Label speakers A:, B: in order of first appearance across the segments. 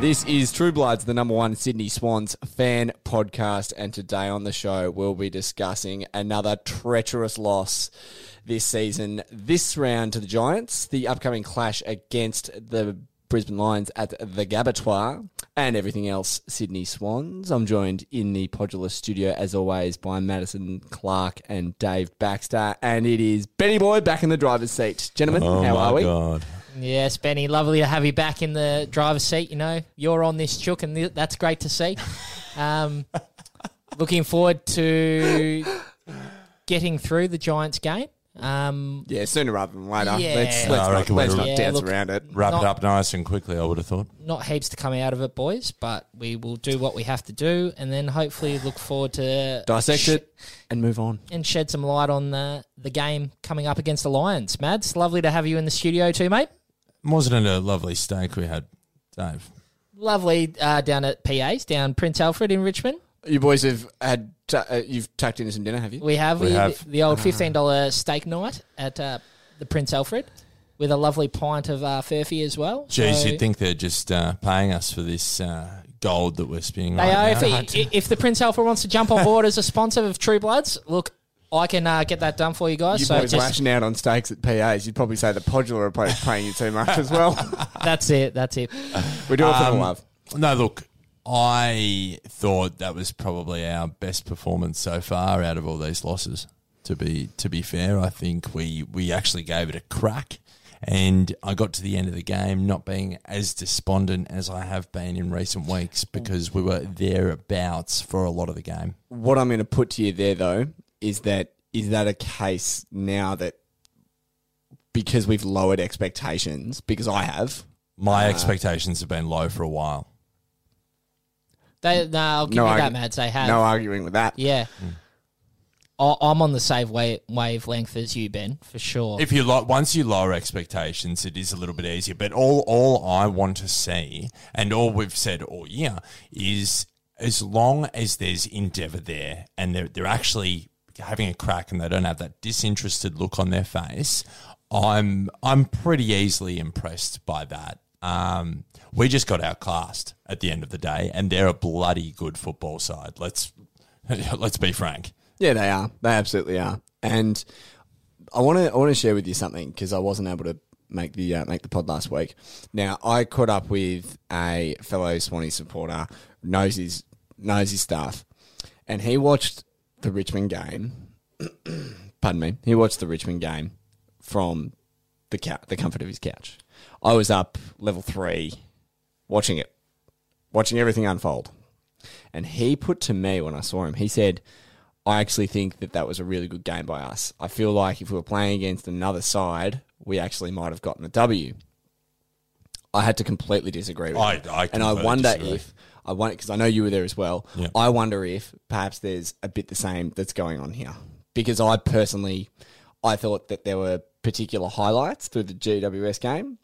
A: This is True Bloods, the number one Sydney Swans fan podcast. And today on the show, we'll be discussing another treacherous loss this season, this round to the Giants, the upcoming clash against the Brisbane Lions at the Gabatoir, and everything else Sydney Swans. I'm joined in the Podulus studio, as always, by Madison Clark and Dave Baxter. And it is Benny Boy back in the driver's seat. Gentlemen,
B: Oh
A: how
B: my
A: are we?
B: god!
C: Yes, Benny, lovely to have you back in the driver's seat. You know, you're on this chook, and th- that's great to see. Um, looking forward to getting through the Giants game. Um,
A: Yeah, sooner rather than later.
C: Yeah.
A: Let's,
C: No, I
A: let's, not,
B: reckon we
A: let's
B: were-
A: not
C: Yeah,
A: dance
C: look-
A: around it.
B: Wrap
C: Not-
B: it up nice and quickly. I would have thought.
C: not heaps to come out of it, boys, but we will do what we have to do, and then hopefully look forward to
A: Dissect it and move on.
C: and shed some light on the the game coming up against the Lions. Mads, lovely to have you in the studio too, mate.
B: Wasn't it a lovely steak we had, Dave?
C: Lovely uh, down at PA's, down Prince Alfred in Richmond.
A: You boys have had tu- uh, you've tucked into some dinner, have you?
C: We have,
B: We
C: the,
B: have. Ah.
C: the old fifteen dollar steak night at uh, the Prince Alfred with a lovely pint of uh, furphy as well.
B: Jeez,
C: So
B: you'd think they're just uh, paying us for this uh, gold that we're spinning
C: they
B: right
C: are. If,
B: now.
C: he- i- if the Prince Alfred wants to jump on board as a sponsor of True Bloods, look, I can uh, get that done for you guys.
A: You
C: so
A: boys
C: just,
A: lashing out on steaks at PAs. You'd probably say the podular are probably paying you too much as well.
C: that's it. That's it.
A: we do it for the
B: Um,
A: love.
B: No, look, I thought that was probably our best performance so far out of all these losses. To be to be fair, I think we we actually gave it a crack, and I got to the end of the game not being as despondent as I have been in recent weeks because we were thereabouts for a lot of the game.
A: What I'm going to put to you there, though, is that is that a case now that because we've lowered expectations? Because I have.
B: My expectations have been low for a while.
C: They, no, I'll give
A: No,
C: you
A: I-
C: that, Mads. They have.
A: No arguing with that.
C: yeah.
B: Hmm.
C: I I'm on the same wave, wavelength as you, Ben, for sure.
B: If you lo- once you lower expectations, it is a little bit easier. But all all I want to see, and all we've said all year, is as long as there's endeavour there, and they're they're actually having a crack, and they don't have that disinterested look on their face. I'm I'm pretty easily impressed by that. Um, we just got outclassed at the end of the day, and they're a bloody good football side. Let's let's be frank.
A: Yeah, they are. They absolutely are. And I want to I want to share with you something because I wasn't able to make the uh, make the pod last week. Now I caught up with a fellow Swanee supporter, knows his knows his stuff, and he watched the Richmond game. Pardon me. He watched the Richmond game from the cou- the comfort of his couch. I was up level three, watching it, watching everything unfold. And he put to me when I saw him, he said, I actually think that that was a really good game by us. I feel like if we were playing against another side, we actually might have gotten a W. I had to completely disagree with
B: I-
A: him.
B: I
A: and I
B: completely
A: wonder
B: disagree.
A: if I wonder because I know you were there as well.
B: Yeah.
A: I wonder if perhaps there's a bit the same that's going on here because I personally I thought that there were particular highlights through the GWS game,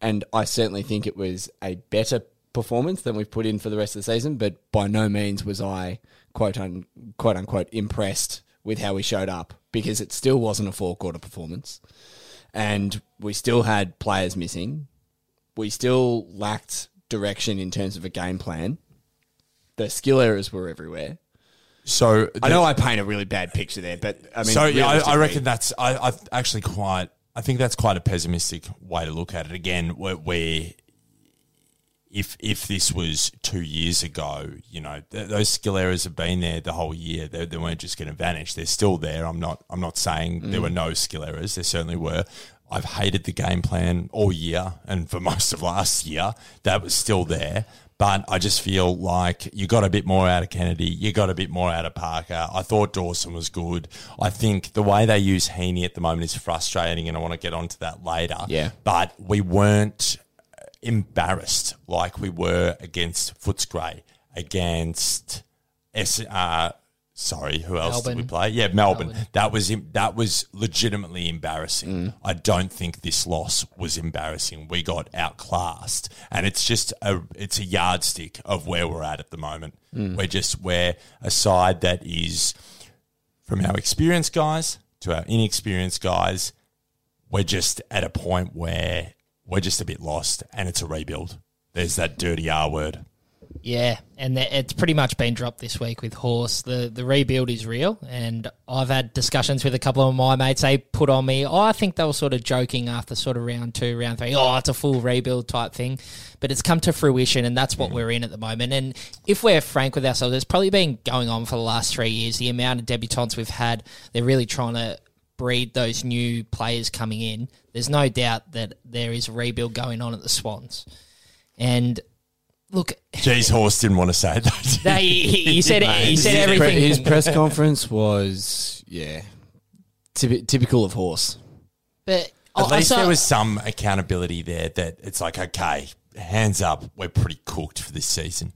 A: and I certainly think it was a better performance than we've put in for the rest of the season. But by no means was I quote un, quote unquote impressed with how we showed up because it still wasn't a four quarter performance, and we still had players missing we still lacked direction in terms of a game plan. The skill errors were everywhere.
B: So
A: I know I paint a really bad picture there, but I mean,
B: so yeah, I, I
A: realistically-
B: reckon that's I, I actually quite I think that's quite a pessimistic way to look at it. Again, where, where if if this was two years ago, you know th- those skill errors have been there the whole year. They, they weren't just going to vanish. They're still there. I'm not I'm not saying there were no skill errors. There certainly were. I've hated the game plan all year and for most of last year. That was still there. But I just feel like you got a bit more out of Kennedy. You got a bit more out of Parker. I thought Dawson was good. I think the way they use Heaney at the moment is frustrating, and I want to get onto that later.
A: Yeah.
B: But we weren't embarrassed like we were against Footscray, against S- uh, sorry, who else did we
C: Melbourne.
B: play? Yeah, Melbourne. That was em- that was legitimately embarrassing. I don't think this loss was embarrassing. We got outclassed, and it's just a it's a yardstick of where we're at at the moment. We're just we're a side that is from our experienced guys to our inexperienced guys, we're just at a point where we're just a bit lost and it's a rebuild. There's that dirty R word.
C: Yeah, and that- it's pretty much been dropped this week with horse. The the rebuild is real, and I've had discussions with a couple of my mates. They put on me. Oh, I think they were sort of joking after sort of round two, round three. Oh, it's a full rebuild type thing, but it's come to fruition, and that's what we're in at the moment. And if we're frank with ourselves, it's probably been going on for the last three years. The amount of debutantes we've had, they're really trying to breed those new players coming in. There's no doubt that there is a rebuild going on at the Swans, and. Look,
B: Jeez, horse didn't want to say it. though, did
C: no,
B: he?
C: he, he- he said he said
A: his,
C: everything.
A: Pre- his press conference was yeah, typi- typical of horse.
C: but oh, I-
B: At
C: I
B: least
C: saw-
B: there was some accountability there that it's like, okay, hands up, we're pretty cooked for this season.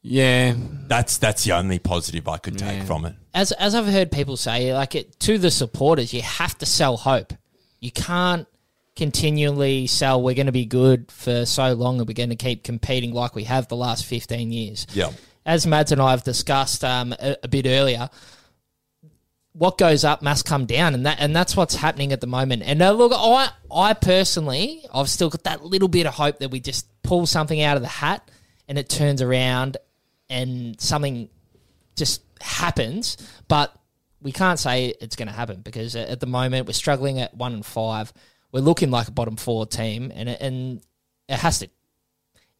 A: Yeah,
B: That's that's the only positive I could take from it.
C: as as I've heard people say, like it to the supporters, you have to sell hope. You can't continually sell we're going to be good for so long and we're going to keep competing like we have the last 15 years.
B: Yeah.
C: As Mads and I have discussed um, a, a bit earlier, what goes up must come down, and that and that's what's happening at the moment. And uh, look, I I personally, I've still got that little bit of hope that we just pull something out of the hat and it turns around, and something just happens. But we can't say it's going to happen because at the moment we're struggling at one and five. We're looking like a bottom four team, and it, and it has to.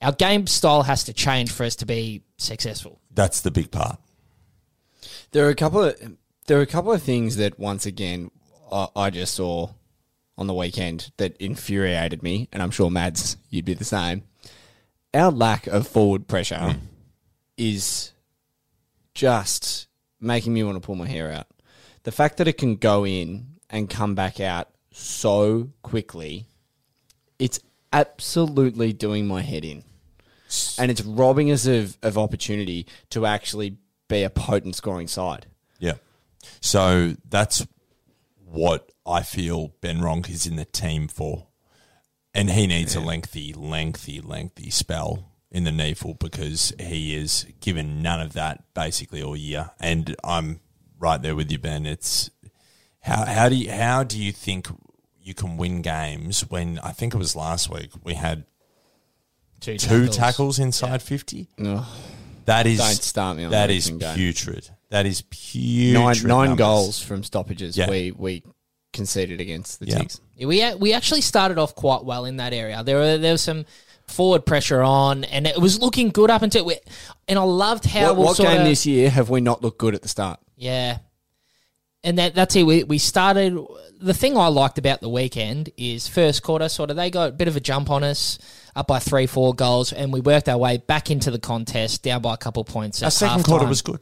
C: Our game style has to change for us to be successful.
B: That's the big part.
A: there are a couple of there are a couple of things that once again I, I just saw on the weekend that infuriated me, and I'm sure Mads you'd be the same. Our lack of forward pressure is just making me want to pull my hair out. The fact that it can go in and come back out so quickly, it's absolutely doing my head in and it's robbing us of, of opportunity to actually be a potent scoring side.
B: Yeah. So that's what I feel Ben Ronk is in the team for. And he needs a lengthy, lengthy, lengthy spell in the Neefle because he is given none of that basically all year. And I'm right there with you, Ben. It's how how do you how do you think you can win games when I think it was last week we had two tackles, inside fifty? That is
A: Don't start me on
B: that
A: the
B: is
A: Richmond game.
B: putrid. That is putrid.
A: Nine, nine
B: numbers.
A: goals from stoppages
B: Yeah.
A: we, we conceded against the
B: Yeah.
A: Tiggs.
C: Yeah, we we actually started off quite well in that area. There were there was some forward pressure on, and it was looking good up until we. And I loved how
A: What,
C: we'll
A: what
C: sort
A: game
C: of,
A: this year have we not looked good at the start?
C: Yeah. And that, that's it. We, we started. The thing I liked about the weekend is first quarter, sort of, they got a bit of a jump on us, up by three, four goals, and we worked our way back into the contest, down by a couple points.
B: Our
C: at
B: second
C: halftime.
B: quarter was good.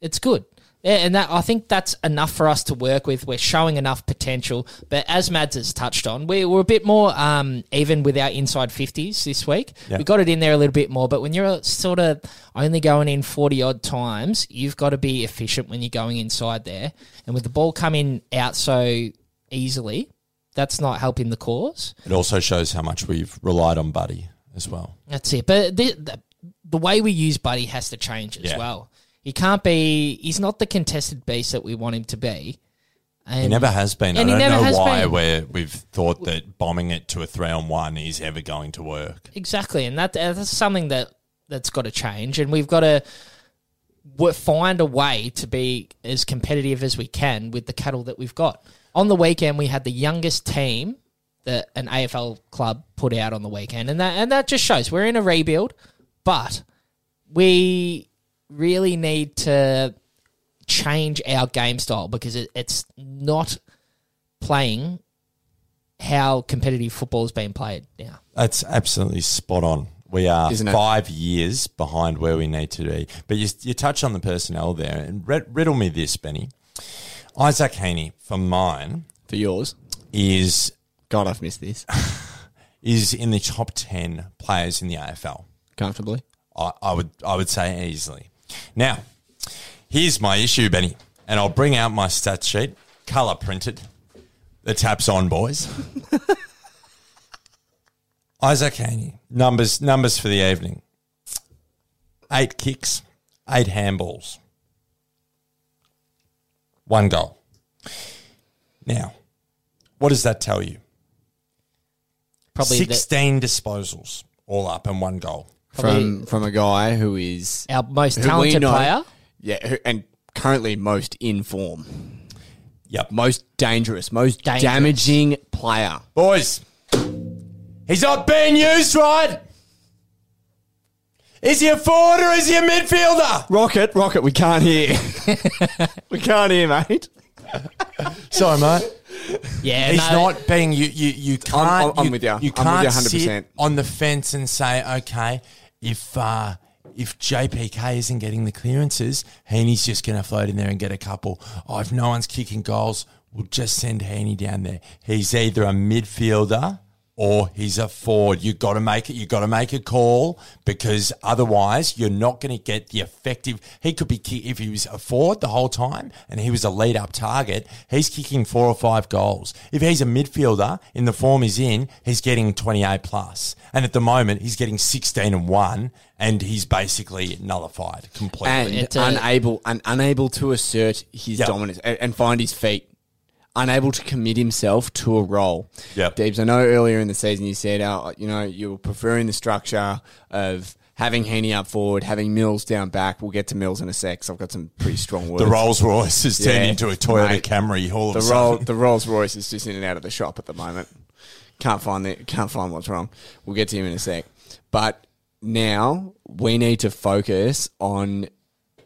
C: It's good. Yeah, and that I think that's enough for us to work with. We're showing enough potential, but as Mads has touched on, we were a bit more um, even with our inside fifties this week.
B: Yeah.
C: We got it in there a little bit more, but when you're sort of only going in forty odd times, you've got to be efficient when you're going inside there. And with the ball coming out so easily, that's not helping the cause.
B: It also shows how much we've relied on Buddy as well.
C: That's it. But the, the, the way we use Buddy has to change as
B: Yeah.
C: well. He can't be. He's not the contested beast that we want him to be. And
B: He never has been.
C: and
B: I
C: he
B: don't
C: never
B: know
C: has
B: why
C: been.
B: we're, we've thought that bombing it to a three on one is ever going to work.
C: exactly, and that uh, that's something that that's got to change, and we've got to w- find a way to be as competitive as we can with the cattle that we've got. On the weekend, we had the youngest team that an AFL club put out on the weekend, and that and that just shows we're in a rebuild, but we really need to change our game style because it, it's not playing how competitive football's been played now.
B: That's absolutely spot on. We are
A: Isn't it?
B: five years behind where we need to be. But you, you touch on the personnel there, and rid- riddle me this, Benny. Isaac Heaney, for mine,
A: For yours?
B: is
A: God, I've missed this.
B: is in the top ten players in the AFL.
A: Comfortably.
B: I, I would I would say easily. Now, here's my issue, Benny, and I'll bring out my stat sheet, color printed. The taps on, boys. Isaac Haney numbers numbers for the evening: eight kicks, eight handballs, one goal. Now, what does that tell you?
C: Probably that-
B: sixteen disposals. all up and one goal.
A: from from a guy who is
C: Our most
A: who we
C: talented
A: know-
C: player.
A: Yeah, who, and currently most in form,
B: Yep.
A: most dangerous, most
C: Dangerous.
A: damaging player.
B: Boys, he's not being used right. Is he a forward or is he a midfielder?
A: Rocket, rocket, we can't hear. we can't hear, mate.
B: Sorry, mate.
C: Yeah,
B: He's
C: no,
B: not being you. You, you can't.
A: I'm- I'm with ya. I'm
B: You
A: with
B: can't
A: ya 100%.
B: sit on the fence and say, okay, if uh, if JPK isn't getting the clearances, Heaney's just going to float in there and get a couple. Oh, if no one's kicking goals, we'll just send Heaney down there. He's either a midfielder or he's a forward. You got to make it. You got to make a call because otherwise you're not going to get the effective. He could be ki- if he was a forward the whole time and he was a lead up target. He's kicking four or five goals. If he's a midfielder in the form he's in, he's getting 28 plus. And at the moment he's getting 16 and one, and he's basically nullified completely.
A: And
C: It, uh,
A: unable and unable to assert his
B: Yeah.
A: dominance and, and find his feet. Unable to commit himself to a role.
B: Yeah.
A: Deebs, I know earlier in the season you said, uh, you know, you were preferring the structure of having Heaney up forward, having Mills down back. We'll get to Mills in a sec. So I've got some pretty strong words.
B: the Rolls Royce has turned
A: Yeah,
B: into a Toyota
A: mate.
B: Camry. All of
A: the
B: a
A: roll,
B: sudden.
A: the Rolls Royce is just in and out of the shop at the moment. Can't find the, can't find what's wrong. We'll get to him in a sec. But now we need to focus on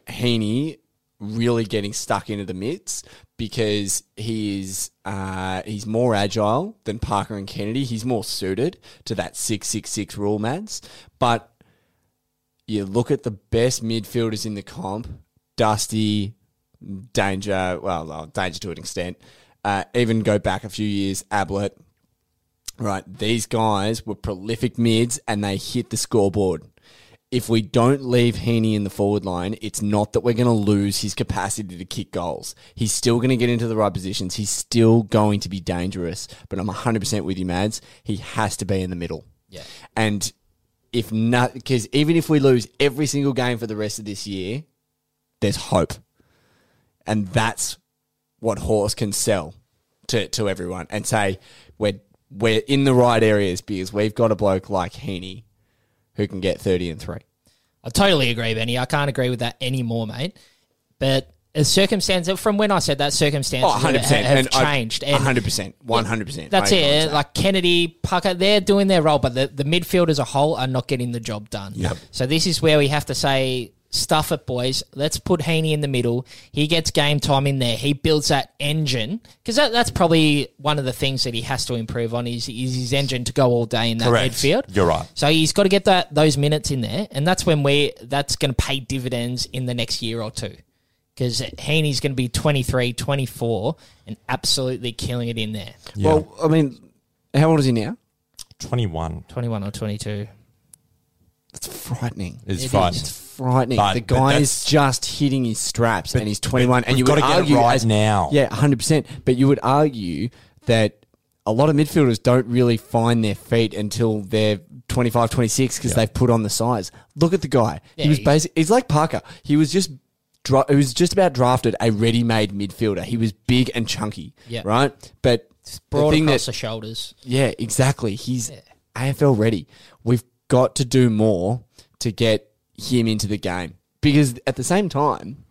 A: Heaney really getting stuck into the mitts because he is uh, he's more agile than Parker and Kennedy. He's more suited to that six six six rule, Mads. But you look at the best midfielders in the comp, Dusty, Danger, well, well, Danger to an extent, uh, even go back a few years, Ablett. Right, these guys were prolific mids and they hit the scoreboard. If we don't leave Heaney in the forward line, it's not that we're going to lose his capacity to kick goals. He's still going to get into the right positions. He's still going to be dangerous. But I'm 100% with you, Mads. He has to be in the middle.
C: Yeah.
A: And if not, because even if we lose every single game for the rest of this year, there's hope. And that's what Horse can sell to, to everyone and say, we're, we're in the right areas because we've got a bloke like Heaney who can get 30 and 3.
C: I totally agree, Benny. I can't agree with that anymore, mate. But as circumstances from when I said that, circumstances
A: Oh, 100%.
C: have, have
A: and I-
C: changed. and
A: 100%. 100%.
C: That's
A: I acknowledge
C: it.
A: that.
C: Like Kennedy, Parker, they're doing their role, but the, the midfield as a whole are not getting the job done.
B: Yep.
C: So this is where we have to say, stuff it, boys. Let's put Heaney in the middle. He gets game time in there. He builds that engine because that, that's probably one of the things that he has to improve on is, is his engine to go all day in that
B: Correct.
C: midfield.
B: You're right.
C: So he's got to get that those minutes in there, and that's when we that's going to pay dividends in the next year or two. Because Heaney's going to be 23, 24, and absolutely killing it in there.
A: Well, I mean, how old is he now?
B: 21
C: 21 or 22.
A: It's frightening.
B: is
C: It
B: fine.
C: is.
A: It's frightening.
B: But-
A: the
B: but
A: guy
B: that's-
A: is just hitting his straps, and he's twenty one. And
B: we've
A: you
B: gotta
A: would
B: get it
A: argue
B: right
A: as-
B: now.
A: yeah, hundred percent. But you would argue that a lot of midfielders don't really find their feet until they're 25, 26 because they've put on the size. Look at the guy.
C: Yeah,
A: he was
C: he's-
A: basic. He's like Parker. He was just. Dra- he was just about drafted a ready-made midfielder. He was big and chunky,
C: Yeah.
A: right? But
C: Broad
A: the thing that
C: across the shoulders.
A: yeah, exactly. He's AFL ready. We've got to do more to get him into the game because at the same time,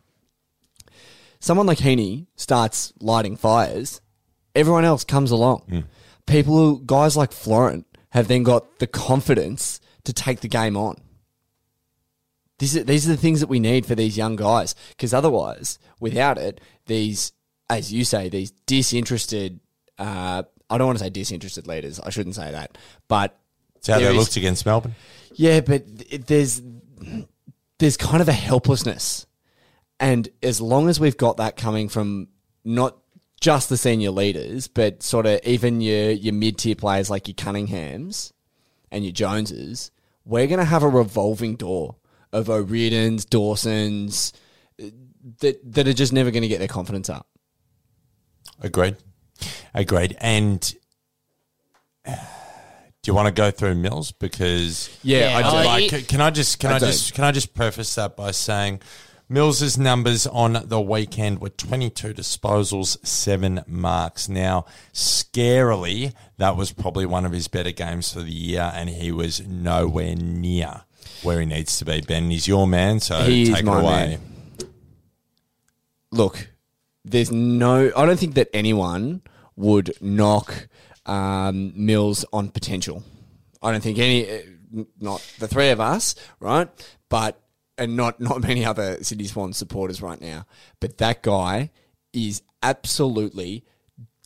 A: someone like Heaney starts lighting fires, everyone else comes along. People, guys like Florent, have then got the confidence to take the game on. These are, these are the things that we need for these young guys because otherwise, without it, these, as you say, these disinterested, uh, I don't want to say disinterested leaders, I shouldn't say that, but
B: It's how
A: There
B: they
A: is-
B: looked against Melbourne.
A: yeah, but th- there's there's kind of a helplessness, and as long as we've got that coming from not just the senior leaders, but sort of even your your mid tier players like your Cunninghams and your Joneses, we're gonna have a revolving door of O'Riordan's, Dawson's uh, that that are just never gonna get their confidence up.
B: Agreed. Agreed. And uh, do you want to go through Mills because
A: Yeah, I
C: Yeah, I
A: do.
B: like
C: like- it-
B: can I just can
A: I
B: I,
A: don't.
B: just can I just preface that by saying Mills's numbers on the weekend were 22 disposals, seven marks. Now, scarily, that was probably one of his better games for the year, and he was nowhere near where he needs to be. Ben, he's your man, so
A: He is
B: take it
A: my
B: away.
A: man. look, there's no. I don't think that anyone would knock um, Mills on potential. I don't think any, uh, n- not the three of us, right? But and not not many other Sydney Swans supporters right now. But that guy is absolutely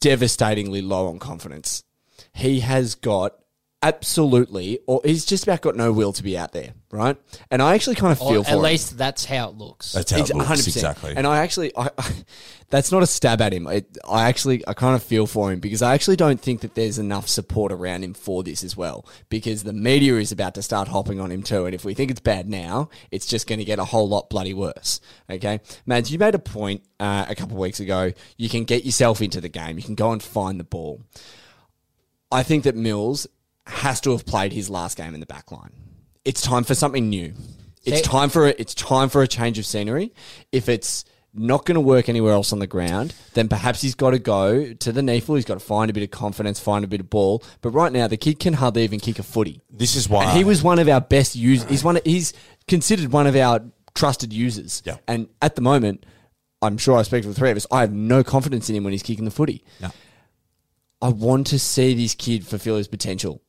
A: devastatingly low on confidence. He has got absolutely, or he's just about got no will to be out there, right? And I actually kind of feel
C: Or
A: for
C: at
A: him.
C: least that's how it looks.
B: That's how it
A: Ex-
B: looks,
A: 100%.
B: exactly.
A: And I actually, I, I, that's not a stab at him. It, I actually, I kind of feel for him because I actually don't think that there's enough support around him for this as well. Because the media is about to start hopping on him too, and if we think it's bad now, it's just going to get a whole lot bloody worse. Okay, Mads, you made a point uh, a couple of weeks ago. You can get yourself into the game. You can go and find the ball. I think that Mills has to have played his last game in the back line. It's time for something new. It's
C: They-
A: time for a, it's time for a change of scenery. If it's not going to work anywhere else on the ground, then perhaps he's got to go to the Neefle. He's got to find a bit of confidence, find a bit of ball. But right now, the kid can hardly even kick a footy.
B: This is why
A: And he was one of our best users. He's one. Of, he's considered one of our trusted users.
B: Yeah.
A: And at the moment, I'm sure I speak for the three of us. I have no confidence in him when he's kicking the footy.
B: Yeah.
A: I want to see this kid fulfill his potential,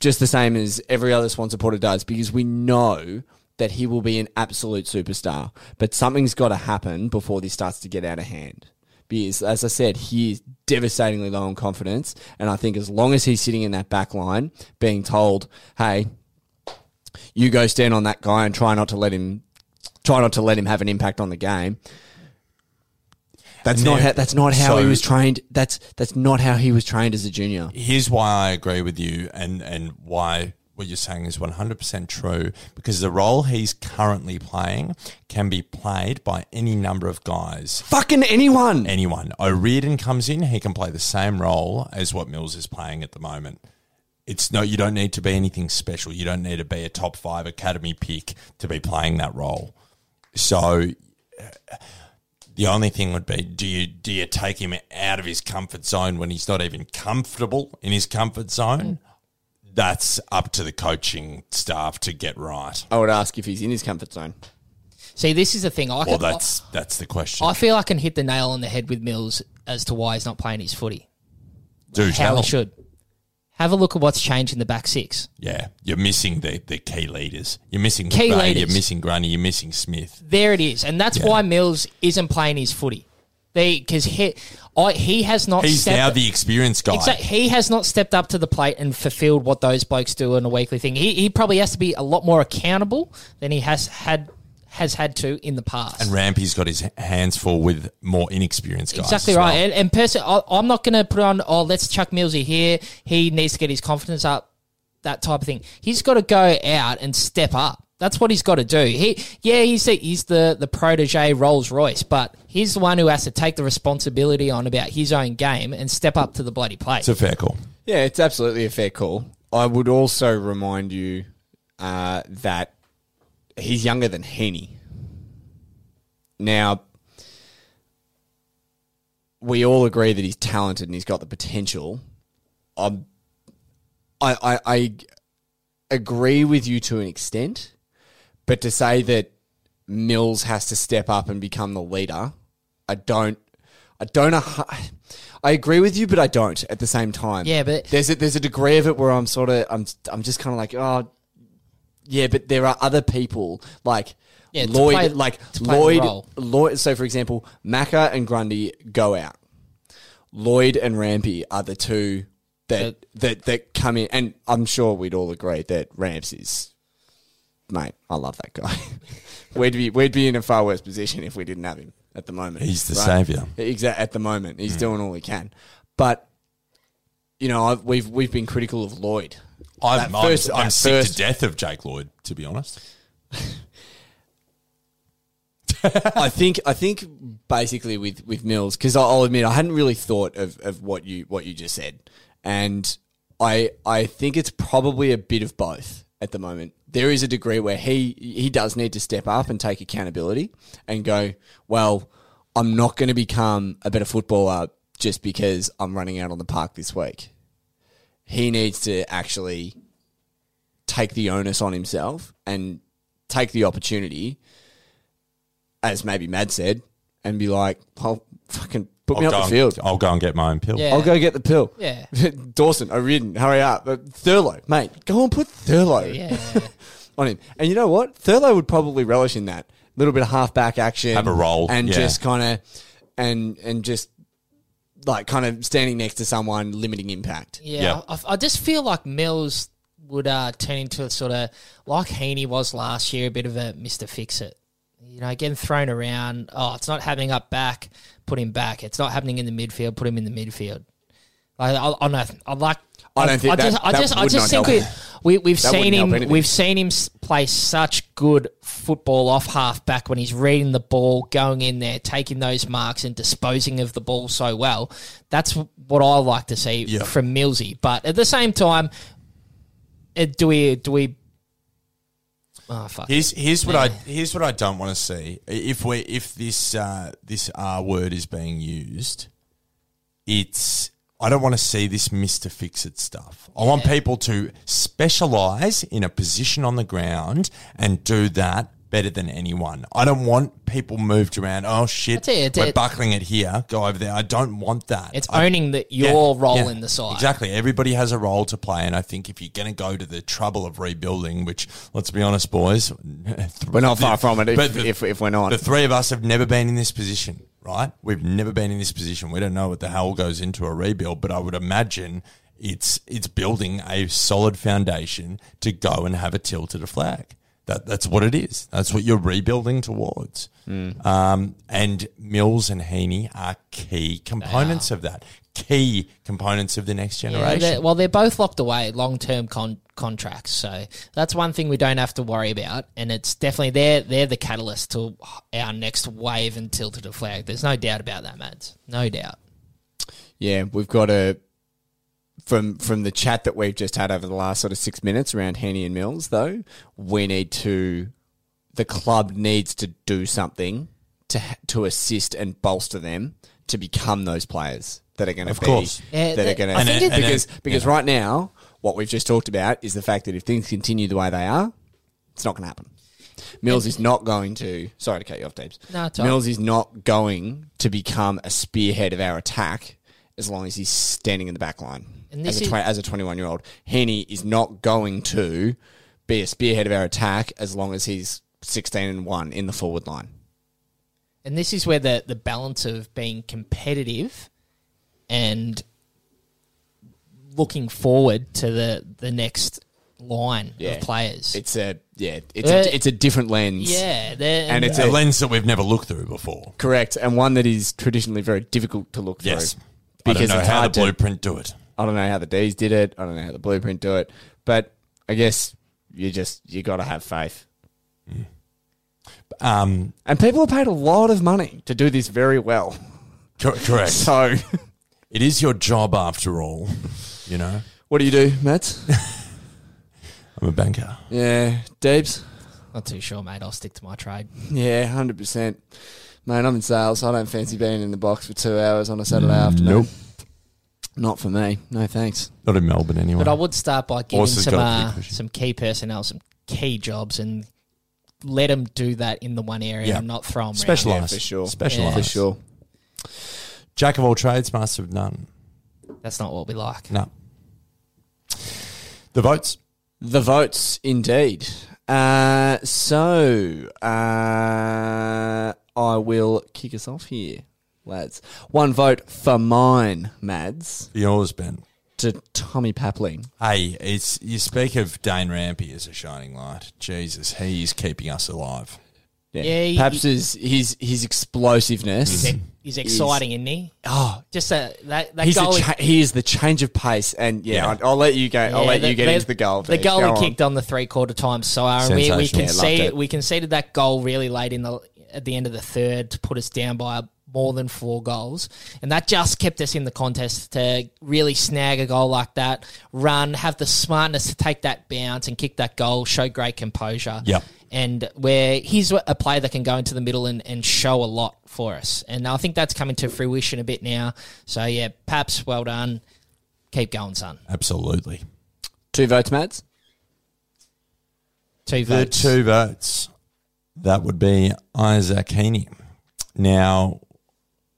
A: just the same as every other Swan supporter does, because we know that he will be an absolute superstar. But something's got to happen before this starts to get out of hand. Because, as I said, he is devastatingly low on confidence. And I think as long as he's sitting in that back line, being told, hey, you go stand on that guy and try not to let him try not to let him have an impact on the game. That's
B: And
A: not
B: there-
A: how, that's not how he
B: so-
A: was trained. That's that's not how he was trained as a junior.
B: here's why I agree with you and, and why what you're saying is 100% true because the role he's currently playing can be played by any number of guys.
A: Fucking anyone.
B: Anyone. O'Riordan comes in, he can play the same role as what Mills is playing at the moment. It's no, you don't need to be anything special. You don't need to be a top five academy pick to be playing that role. So uh, the only thing would be do you do you take him out of his comfort zone when he's not even comfortable in his comfort zone? That's up to the coaching staff to get right.
A: I would ask if he's in his comfort zone.
C: See, this is the thing. I,
B: Well,
C: can,
B: that's that's the question.
C: I, I feel I can hit the nail on the head with Mills as to why he's not playing his footy.
B: Do
C: How
B: tell.
C: he should. Have a look at what's changed in the back six.
B: Yeah, you're missing the, the key leaders. You're missing
C: Key
B: Bay, You're
C: leaders.
B: missing Granny. You're missing Smith.
C: There it is, and that's why Mills isn't playing his footy. They because he, I, he has not.
B: He's
C: stepped,
B: now the experienced guy.
C: Exact- he has not stepped up to the plate and fulfilled what those blokes do on a weekly thing. He, he probably has to be a lot more accountable than he has had has had to in the past.
B: Rampy's got his hands full with more inexperienced guys.
C: Exactly
B: as
C: right.
B: well.
C: And, and person, I, I'm not going to put on, oh, let's chuck Millsy here. He needs to get his confidence up, that type of thing. He's got to go out and step up. That's what he's got to do. He, yeah, he's the, he's the, the protege Rolls Royce, but he's the one who has to take the responsibility on about his own game and step up to the bloody plate.
B: It's a fair call.
A: Yeah, it's absolutely a fair call. I would also remind you uh, that he's younger than Heaney. Now, we all agree that he's talented and he's got the potential. Um, I, I, I agree with you to an extent, but to say that Mills has to step up and become the leader, I don't. I don't. a hu- I agree with you, but I don't at the same time.
C: Yeah, but-
A: there's a, there's a degree of it where I'm sort of I'm I'm just kind of like oh yeah, but there are other people like
C: Yeah, to
A: Lloyd,
C: play-
A: like
C: to play the
A: Lloyd,
C: role.
A: Lloyd. So, for example, Macca and Grundy go out. Lloyd and Rampy are the two that that that come in, and I'm sure we'd all agree that Ramps is, mate. I love that guy. we'd be we'd be in a far worse position if we didn't have him at the moment.
B: He's the Mm. saviour.
A: Exactly. At the moment, he's doing all he can, but you know I've, we've we've been critical of Lloyd.
B: I'm,
A: That first-
B: I'm, I'm
A: that
B: sick
A: first-
B: to death of Jake Lloyd, to be honest.
A: I think I think basically with with Mills because I'll admit I hadn't really thought of, of what you what you just said, and I I think it's probably a bit of both. at the moment. There is a degree where he he does need to step up and take accountability and go, well, I'm not going to become a better footballer just because I'm running out on the park this week. He needs to actually take the onus on himself and take the opportunity, as maybe Mad said, and be like, "I'll fucking put me
B: I'll
A: up
B: go
A: the
B: and-
A: field."
B: I'll go and get my own pill.
C: Yeah.
A: I'll go get the pill.
C: Yeah.
A: Dawson, O'Riordan, hurry up. Uh, Thurlow, mate, go and put Thurlow
C: Yeah.
A: on him. And you know what? Thurlow would probably relish in that. A little bit of halfback action.
B: Have a roll,
A: And
B: yeah.
A: just kind of, and and just like kind of standing next to someone, limiting impact.
C: Yeah,
B: Yeah.
C: I, I just feel like Mills would uh, turn into a sort of like Heaney was last year, a bit of a Mister Fix It. You know, getting thrown around. Oh, it's not happening up back. Put him back. It's not happening in the midfield. Put him in the midfield. Like, I, I, know, I like.
A: I don't think
C: I just,
A: that-
C: I
A: that
C: just, I
A: would
C: just
A: not
C: think we,
A: help.
C: we, we've
A: That
C: seen
A: wouldn't help
C: him.
A: anything.
C: We've seen him s- play such good football off half back when he's reading the ball, going in there, taking those marks, and disposing of the ball so well. That's what I like to see
B: Yeah.
C: from Millsy. But at the same time, uh, do we do we? Oh fuck!
B: Here's here's what I here's what I don't want to see. If we if this uh, this R word is being used, it's I don't want to see this Mister Fix It stuff. I want people to specialize in a position on the ground and do that better than anyone. I don't want people moved around. Oh shit,
C: That's it, it's
B: we're
C: it.
B: buckling it here. Go over there. I don't want that.
C: It's
B: I-
C: owning that your
B: yeah,
C: role
B: yeah,
C: in the side.
B: Exactly. Everybody has a role to play. And I think if you're going to go to the trouble of rebuilding, which, let's be honest, boys,
A: We're not far from it if,
B: But the-
A: if, if we're not.
B: the three of us have never been in this position, right? We've never been in this position. We don't know what the hell goes into a rebuild, but I would imagine it's it's building a solid foundation to go and have a tilt at a flag. That that's what it is. That's what you're rebuilding towards.
A: Hmm.
B: Um, and Mills and Heaney are key components of that. Key components of the next
C: Yeah,
B: generation.
C: they're, well, they're both locked away long term con- contracts, so that's one thing we don't have to worry about. And it's definitely they're they're the catalyst to our next wave and tilted the flag. There's no doubt about that, Mads. No doubt.
A: Yeah, we've got a from from the chat that we've just had over the last sort of six minutes around Henny and Mills. Though we need to, the club needs to do something to ha- to assist and bolster them to become those players that are going to
B: Of
A: be
B: course.
C: Yeah,
A: that are
C: the-
A: going
C: I think
A: to
C: it- And
A: because
B: then-
A: because right now what we've just talked about is the fact that if things continue the way they are, it's not going to happen. Mills is not going to. Sorry to cut you off, Debs.
C: No, it's all right.
A: Mills is not going to become a spearhead of our attack as long as he's standing in the back line
C: And
A: as
C: this
A: a,
C: is-
A: twen- as a 21 year old. Henny is not going to be a spearhead of our attack as long as he's 16 and 1 in the forward line.
C: And this is where the the balance of being competitive and looking forward to the the next line
A: Yeah.
C: of players.
A: It's a yeah, it's
C: Uh,
A: a, it's a different lens.
C: yeah, they're-
A: And it's
B: a
A: a-
B: lens that we've never looked through before.
A: correct and one that is traditionally very difficult to look
B: Yes.
A: through.
B: I
A: Because
B: don't know
A: it's
B: how
A: hard
B: the
A: to-
B: blueprint do it.
A: I don't know how the D's did it. I don't know how the blueprint do it. But I guess you just you got to have faith.
B: Um,
A: And people have paid a lot of money to do this very well.
B: cor- correct.
A: So
B: It is your job after all, you know.
A: what do you do, Matt?
B: I'm a banker.
A: Yeah, Deebs.
C: not too sure, mate. I'll stick to my trade.
A: Yeah, hundred percent. Mate, I'm in sales. I don't fancy being in the box for two hours on a Saturday afternoon.
B: Nope.
A: Not for me. No thanks.
B: Not in Melbourne anyway.
C: But I would start by giving
B: Horses
C: some
B: gotta
C: uh,
B: keep pushing.
C: some key personnel, some key jobs, and let them do that in the one area
B: Yeah.
C: and not throw them
B: Specialise.
A: Yeah, for sure.
B: Specialise.
A: For sure.
B: Jack of all trades, master of none.
C: That's not what we like.
B: No. The votes.
A: The votes, indeed. Uh, so uh, I will kick us off here, lads. One vote for mine, Mads,
B: Yours, Ben.
A: to Tommy Papling.
B: Hey, it's you speak of Dane Rampy as a shining light. Jesus, he is keeping us alive.
C: Yeah, he-
A: perhaps his, his his explosiveness.
C: He's, he's exciting, isn't he?
A: oh,
C: Just a, that that
A: he's
C: goal.
A: the cha- he is the change of pace, and yeah,
B: Yeah.
A: I'll, I'll let you go. I'll let you get into the goal.
C: The
A: Vic.
C: goal
A: Go
C: we
A: on.
C: kicked on the three quarter time sire, and we,
B: Sensational.
C: we
A: Yeah, loved
C: conceded
A: it.
C: we conceded that goal really late in the at the end of the third to put us down by more than four goals. And that just kept us in the contest to really snag a goal like that, run, have the smartness to take that bounce and kick that goal, show great composure.
B: Yep.
C: And where he's a player that can go into the middle and, and show a lot for us. And I think that's coming to fruition a bit now. So, yeah, Paps, well done. Keep going, son.
B: Absolutely.
A: Two votes, Mads.
B: Mm-hmm. The
C: Two votes.
B: two votes, that would be Isaac Heaney. Now,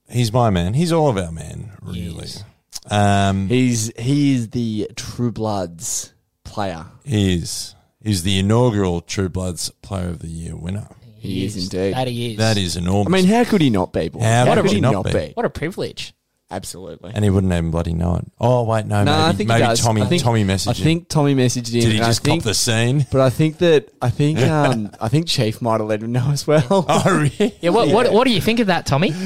B: he's my man. He's all of our man, really.
C: Yes.
B: Um,
A: He's he's the True Bloods player.
B: he is. He's the inaugural True Bloods Player of the Year winner.
A: He is indeed.
C: That he is.
B: That is
A: I
B: enormous.
A: mean, how could he not be? Boy?
B: How could
A: could
B: he not be?
C: What a privilege.
A: Absolutely.
B: and he wouldn't even bloody know it. Oh, wait, no.
A: no,
B: maybe
A: I think he
B: maybe
A: does.
B: Tommy,
A: I think,
B: Tommy messaged
A: I think Tommy messaged him.
B: him. Did he
A: and I
B: just
A: think-
B: cop the scene?
A: But I think that I think um, I think Chief might have let him know as well.
B: Oh, really?
C: Yeah, what, what what do you think of that, Tommy?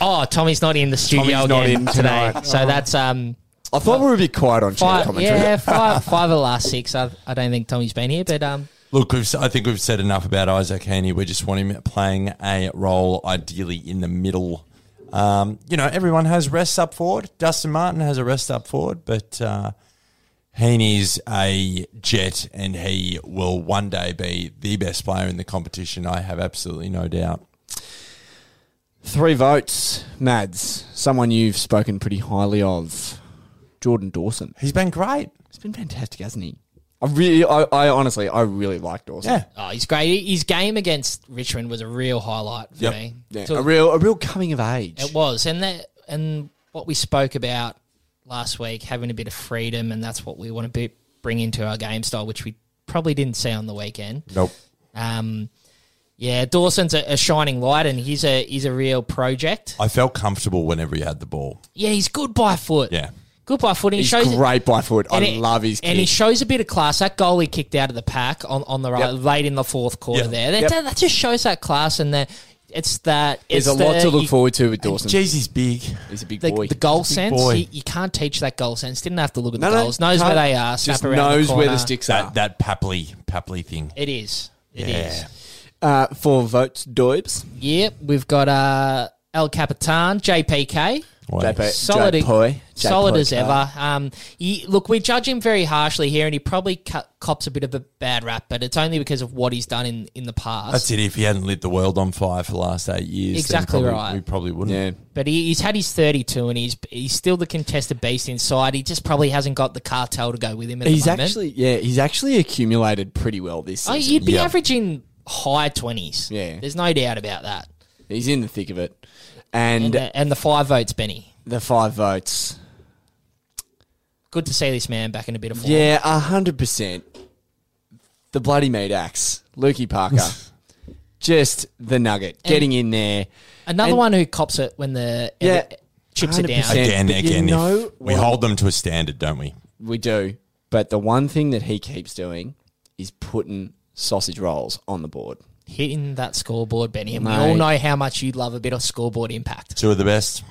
C: oh, Tommy's not in the studio
A: Tommy's not
C: again
A: in
C: today.
A: tonight.
C: So that's um
A: I thought we would be quiet on Chief
C: five,
A: commentary.
C: yeah, five five of the last six. I, I don't think Tommy's been here, but um
B: Look, we've, I think we've said enough about Isaac Heaney. We just want him playing a role, ideally in the middle. Um, you know, everyone has rests up forward. Dustin Martin has a rest up forward, but uh, Heaney's a jet, and he will one day be the best player in the competition. I have absolutely no doubt.
A: Three votes, Mads. Someone you've spoken pretty highly of, Jordan Dawson.
B: He's been great.
A: It's been fantastic, hasn't he? I really, I, I honestly, I really like Dawson.
B: Yeah.
C: oh, he's great. His game against Richmond was a real highlight for
B: Yep.
C: me.
A: Yeah,
C: So
A: a real, a real coming of age.
C: it was. And that and what we spoke about last week, having a bit of freedom and that's what we want to be, bring into our game style, which we probably didn't see on the weekend.
B: Nope.
C: Um yeah, Dawson's a, a shining light and he's a he's a real project.
B: I felt comfortable whenever he had the ball.
C: Yeah, he's good by foot.
B: Yeah.
C: Good by foot. And he
A: He's
C: shows
A: great by foot. I
C: and it-
A: love his kick.
C: And he shows a bit of class. That goal he kicked out of the pack on, on the right
A: Yep.
C: late in the fourth quarter
B: Yep.
C: there. That,
A: Yep.
C: that, that just shows that class and that it's that
A: There's
C: it's
A: a lot
C: the-
A: to look
C: you-
A: forward to with Dawson.
B: Jeez, he's big.
A: He's a big
C: The,
A: boy.
C: the goal
B: Big
C: sense,
B: boy.
C: you, you can't teach that goal sense. Didn't have to look at
A: No,
C: the
A: no,
C: goals. Knows where
A: can't.
C: they are. Snap
A: just
C: around
A: knows
C: the
A: where
C: corner.
A: the sticks are.
B: That that papley papley thing.
C: It is. It is.
B: Yeah.
A: Uh, four votes, Doibs.
C: Yep. We've got uh, El Capitan, JPK.
B: Wow.
A: JP,
C: solid,
A: Jay Poi, Jay
C: solid
A: Poi
C: as
A: Carr.
C: ever. Um, he, look, we judge him very harshly here, and he probably co- cops a bit of a bad rap, but it's only because of what he's done in, in the past.
B: That's it. If he hadn't lit the world on fire for the last eight years, then
C: Exactly
B: probably-
C: right.
B: We probably wouldn't.
A: Yeah.
C: But he, he's had his thirty-two, and he's he's still the contested beast inside. He just probably hasn't got the cartel to go with him. At
A: He's
C: the moment.
A: actually, yeah, he's actually accumulated pretty well this
C: Oh,
A: season.
C: he'd be
B: Yeah.
C: averaging high twenties.
A: Yeah.
C: there's no doubt about that.
A: he's in the thick of it.
C: And
A: And uh,
C: the, and the five votes, Benny.
A: the five votes.
C: Good to see this man back in a bit of form.
A: Yeah, a hundred percent. The bloody meat axe, Lukey Parker, just the nugget getting in there.
C: Another
A: And-
C: one who cops it when the
A: Yeah.
C: chips are down.
A: 100%.
B: Again,
A: But you
B: again, if
A: know
B: we
A: what-
B: hold them to a standard, don't we?
A: We do, but the one thing that he keeps doing is putting sausage rolls on the board.
C: hitting that scoreboard, Benny. And we
A: Mate.
C: all know how much you love a bit of scoreboard impact.
B: Two of the best.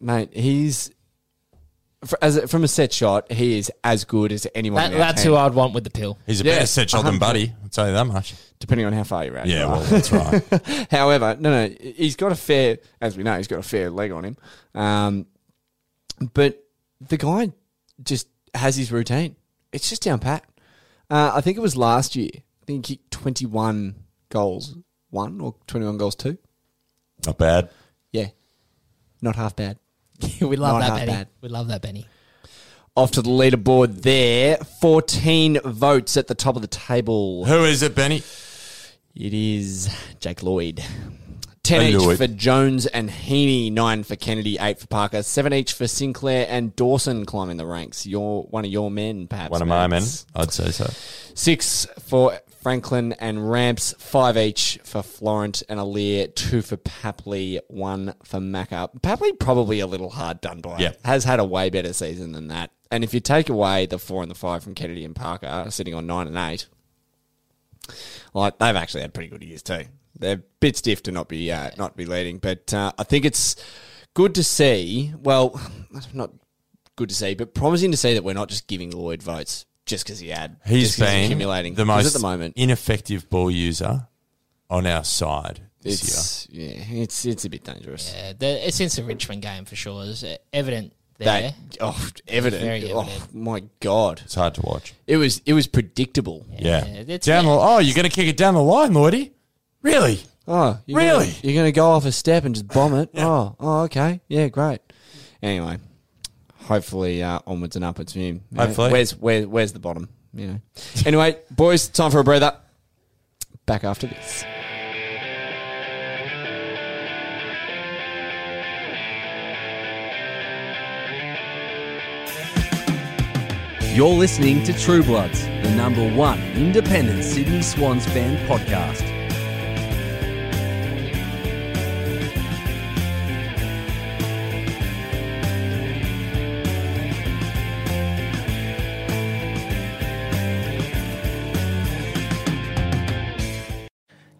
A: Mate, he's fr- as a, from a set shot, he is as good as anyone.
C: That,
A: in our
C: that's
A: team,
C: who I'd want with the pill.
B: He's a
A: Yeah,
B: better set shot than
A: 100%.
B: Buddy. I'll tell you that much.
A: depending on how far you're at.
B: Yeah, well, that's right.
A: However, no, no, he's got a fair, as we know, he's got a fair leg on him. Um, but the guy just has his routine. It's just down pat. Uh, I think it was last year. I think he kicked 21 goals, one or 21 goals, two.
B: Not bad.
A: Yeah. Not half bad.
C: we love
A: Not
C: that,
A: half
C: Benny.
A: bad.
C: We love that, Benny.
A: Off to the leaderboard there. 14 votes at the top of the table.
B: Who is it, Benny?
A: It is Jake Lloyd. 10
B: Hey,
A: each
B: Lloyd.
A: for Jones and Heaney, 9 for Kennedy, 8 for Parker, 7 each for Sinclair and Dawson climbing the ranks. Your One of your men, perhaps.
B: One of my men.
A: Mads.
B: I'd say so.
A: 6 for Franklin and Ramps, 5 each for Florent and Alir, 2 for Papley, 1 for Macca. Papley probably a little hard done by.
B: Yeah.
A: Has had a way better season than that. And if you take away the 4 and the 5 from Kennedy and Parker, sitting on 9 and 8, like they've actually had pretty good years too. They're a bit stiff to not be uh, not be leading, but uh, I think it's good to see. Well, not good to see, but promising to see that we're not just giving Lloyd votes just because he had.
B: He's
A: just 'cause
B: been
A: accumulating
B: the
A: 'Cause
B: most
A: at the moment.
B: ineffective ball user on our side this
A: it's yeah, it's it's a bit dangerous.
C: Yeah, the, it's since the Richmond game for sure. It's evident there.
A: That oh, evident.
C: Very
A: Oh
C: evident.
A: my god,
B: It's hard to watch.
A: it was it was predictable.
B: Yeah.
C: it's-
B: down the, oh, you're going to kick it down the line, Lloydie? Really?
A: Oh, you're
B: Really?
A: Gonna, you're going to go off a step and just bomb it? Oh, oh, okay, yeah, great. Anyway, hopefully uh, onwards and upwards for him. You know,
B: Hopefully.
A: where's where, where's the bottom? You know. Anyway, boys, time for a breather. Back after this.
D: You're listening to True Bloods, the number one independent Sydney Swans fan podcast.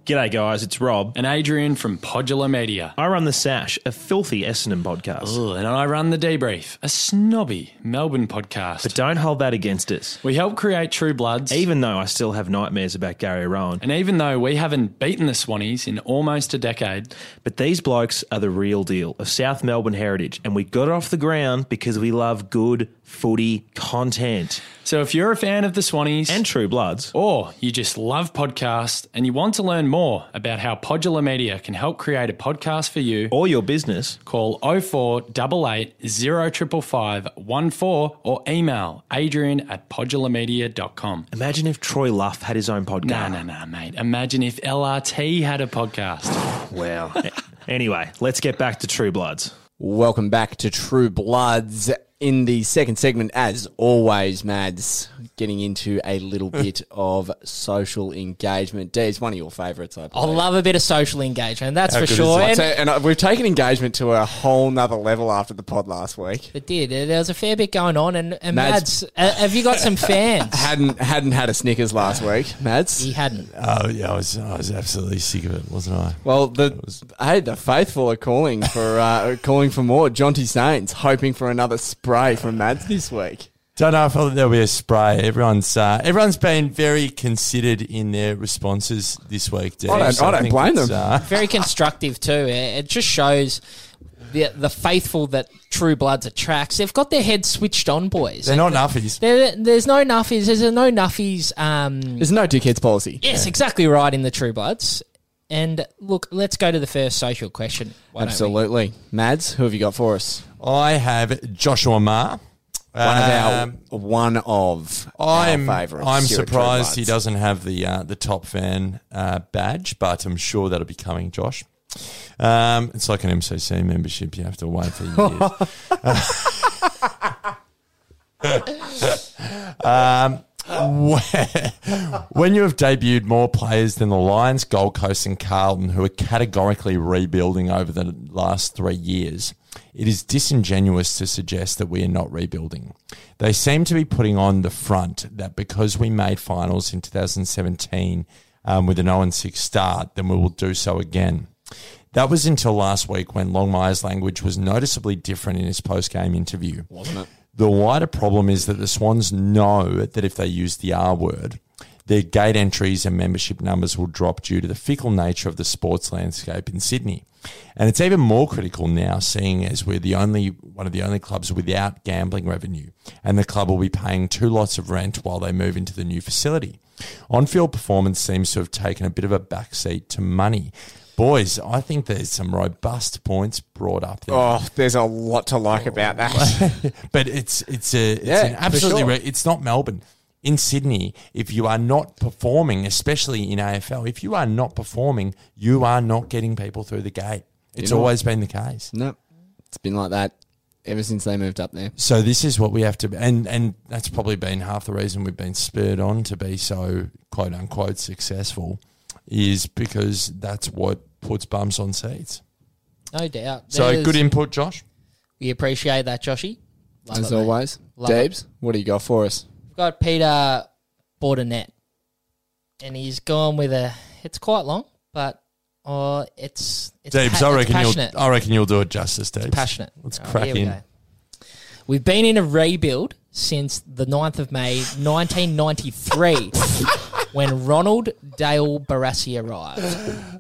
E: G'day, guys. It's Rob.
F: and Adrian from Podular Media.
E: I run The Sash, a filthy Essendon podcast.
F: Ugh, and I run The Debrief, a snobby Melbourne podcast.
E: But don't hold that against us,
F: we help create True Bloods,
E: even though I still have nightmares about Gary Rowan.
F: and even though we haven't beaten the Swannies in almost a decade,
E: But these blokes are the real deal of South Melbourne heritage, and we got it off the ground because we love good footy content.
F: so if you're a fan of the Swannies
E: And True Bloods.
F: or you just love podcasts and you want to learn more about how Podular Media can help create a podcast for you,
E: Or your business,
F: call 0488 0555 14 or email adrian at podularmedia.com.
E: imagine if Troy Luff had his own podcast.
F: No, no, no, mate. Imagine if LRT had a podcast.
E: Wow. anyway, let's get back to True Bloods.
A: Welcome back to True Bloods. In the second segment, as always, Mads, getting into a little bit of social engagement. D, it's one of your favourites, I
C: I
A: believe.
C: love a bit of social engagement, that's for
B: good is
C: sure.
B: that?
A: So,
C: And
A: and I- we've taken engagement to a whole nother level after the pod last week.
C: it did. There was a fair bit going on, and, and
A: Mads-
C: Mads, uh, have you got some fans?
A: Hadn't hadn't had a Snickers last week, Mads.
C: he hadn't.
B: Oh, yeah, I was, I was absolutely sick of it, wasn't I?
A: Well, the hey, the faithful are calling for uh, calling for more. Jonty Saints hoping for another spray from Mads this week.
B: Don't know if there'll be a spray. Everyone's uh, everyone's been very considered in their responses this week. Dave.
A: I don't- I don't
B: think
A: blame
B: it's,
A: them.
B: uh,
C: Very constructive too. It it just shows the the faithful that True Bloods attracts. They've got their heads switched on, boys.
B: they're not nuffies.
C: There, there's no nuffies. There's no nuffies. Um,
A: There's no dickheads policy.
C: yes, exactly right in the True Bloods. And look, let's go to the first social question. Why don't we?
A: Absolutely, Mads. Who have you got for us?
B: I have Joshua Ma.
A: One
C: Um,
A: of our one of
B: I'm,
A: our favorites.
B: I'm
A: here at True
B: surprised he
A: Bloods.
B: doesn't have the uh, the top fan uh, badge, but I'm sure that'll be coming, Josh. Um, it's like an MCC membership; you have to wait for years. um, when- when you have debuted more players than the Lions, Gold Coast, and Carlton, who are categorically rebuilding over the last three years, it is disingenuous to suggest that we are not rebuilding. They seem to be putting on the front that because we made finals in 2017 um, with an 0 6 start, then we will do so again. That was until last week when Longmire's language was noticeably different in his post game interview. Wasn't it? The wider problem is that the Swans know that if they use the R word, their gate entries and membership numbers will drop due to the fickle nature of the sports landscape in Sydney. And it's even more critical now, seeing as we're the only one of the only clubs without gambling revenue, and the club will be paying two lots of rent while they move into the new facility. On field performance seems to have taken a bit of a backseat to money. Boys, I think there's some robust points brought up there
A: Oh, there's a lot to like
C: Oh.
A: about that.
B: but it's it's a it's
A: Yeah,
B: an
A: for
B: absolutely
A: sure.
B: re- it's not Melbourne. In Sydney, if you are not performing, especially in AFL, if you are not performing, you are not getting people through the gate. It's
A: know what?
B: always been the case.
A: no, it's been like that ever since they moved up there.
B: So this is what we have to, and and that's probably been half the reason we've been spurred on to be so quote unquote successful, is because that's what puts bums on seats.
C: No doubt.
B: So
C: There's-
B: good input, Josh.
C: We appreciate that, Joshy. Love
A: As
C: it, mate.
A: always,
C: Love it.
A: Dabes, what do you got for us?
C: We've got Peter Bordenett, and he's gone with a. It's quite long, but oh, it's it's,
B: Debs,
C: pa-
B: I
C: it's
B: reckon
C: passionate.
B: you'll I reckon you'll do it justice, Debs.
C: passionate.
B: Let's
C: All right,
B: crack
C: here we
B: in.
C: go. We've been in a rebuild since the 9th of May 1993 when Ronald Dale Barassi arrived.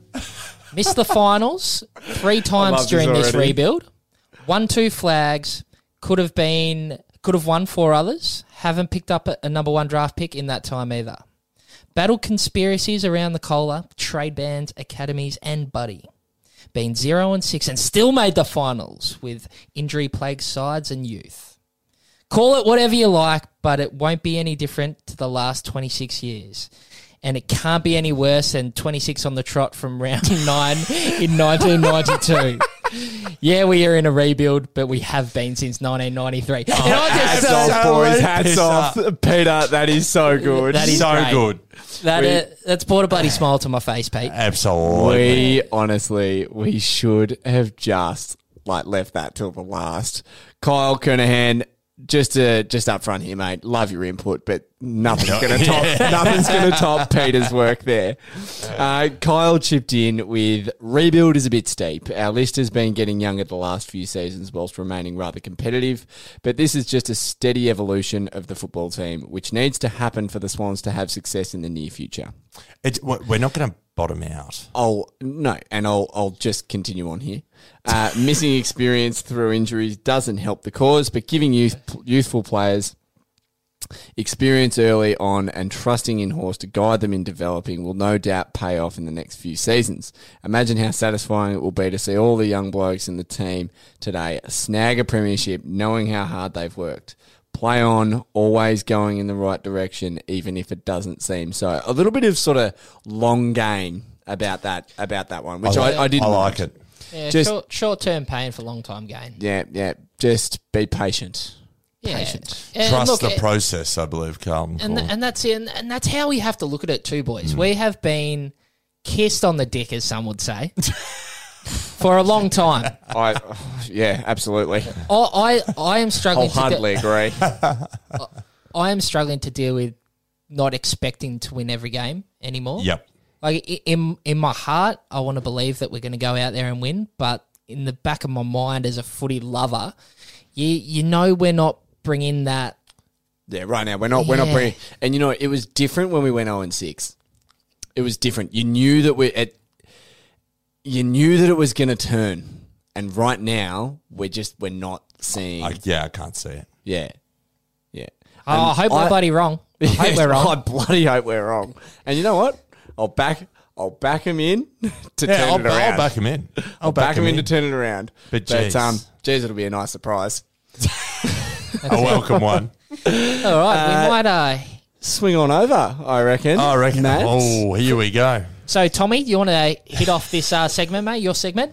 C: Missed the finals three times
A: this
C: during this
A: already.
C: rebuild. Won two flags. Could have been. Could have won four others. Haven't picked up a, a number one draft pick in that time either. Battled conspiracies around the cola, trade bans, academies, and buddy. Been zero and six, and still made the finals with injury plagued sides and youth. Call it whatever you like, but it won't be any different to the last 26 years. And it can't be any worse than 26 on the trot from round nine in 1992. Yeah, we are in a rebuild, but we have been since 1993.
B: Oh,
C: and I
A: Hats
C: just,
A: off, boys. Hats
B: Piss
A: off. Peter, that is so good.
C: That is
B: so
C: great.
B: good. Uh,
C: that, uh, that's brought a bloody smile to my face, Pete.
B: Absolutely.
A: We honestly, we should have just like left that till the last. Kyle Kernahan, just uh, just up front here, mate. Love your input, but nothing's gonna top nothing's gonna top Peter's work there. Uh, Kyle chipped in with rebuild is a bit steep. Our list has been getting younger the last few seasons whilst remaining rather competitive, but this is just a steady evolution of the football team, which needs to happen for the Swans to have success in the near future.
B: It's, w- we're not going to bottom out.
A: Oh no, and I'll I'll just continue on here. Uh, missing experience through injuries doesn't help the cause, but giving youth youthful players experience early on and trusting in horse to guide them in developing will no doubt pay off in the next few seasons. Imagine how satisfying it will be to see all the young blokes in the team today snag a premiership, knowing how hard they've worked. Play on, always going in the right direction, even if it doesn't seem so. A little bit of sort of long game about that about that one, which I, I, didn't
B: I like it.
C: Yeah,
A: Just-
C: short, short-term pain for long-time gain.
A: Yeah, yeah. Just be patient.
C: Yeah.
A: Patient.
C: And
B: Trust
C: look,
B: the
C: it-
B: process, I believe, Carlton.
C: and,
B: called.
C: and that's it. And, and that's how we have to look at it too, boys. We have been kissed on the dick, as some would say, for a long time.
A: I yeah, absolutely.
C: I, I, I am struggling. To
A: Wholeheartedly agree.
C: I am struggling to deal with not expecting to win every game anymore.
B: yep.
C: Like i- in in my heart, I want to believe that we're going to go out there and win, but in the back of my mind, as a footy lover, you you know we're not bringing that.
A: Yeah, right now we're not we're not
C: Yeah.
A: bringing. And you know, it was different when we went zero and six. It was different. You knew that we it. You knew that it was going to turn, and right now we're just we're not seeing.
B: I, yeah, I can't see it.
A: yeah, yeah.
C: Oh, I hope we're
A: I-
C: bloody wrong. I hope we're
A: I
C: wrong.
A: bloody hope we're wrong. And you know what? I'll back I'll back him in to
B: Yeah,
A: turn
B: I'll,
A: it around.
B: I'll back him in. I'll,
A: back, him in to turn it around.
B: But
A: but
B: geez.
A: um, geez, it'll be a nice surprise.
B: a welcome one.
C: All right, we might. Uh,
A: Swing on over, I reckon.
B: I reckon.
A: Matt.
B: Oh, here we go.
C: so, Tommy, you want to hit off this uh, segment, mate? Your segment.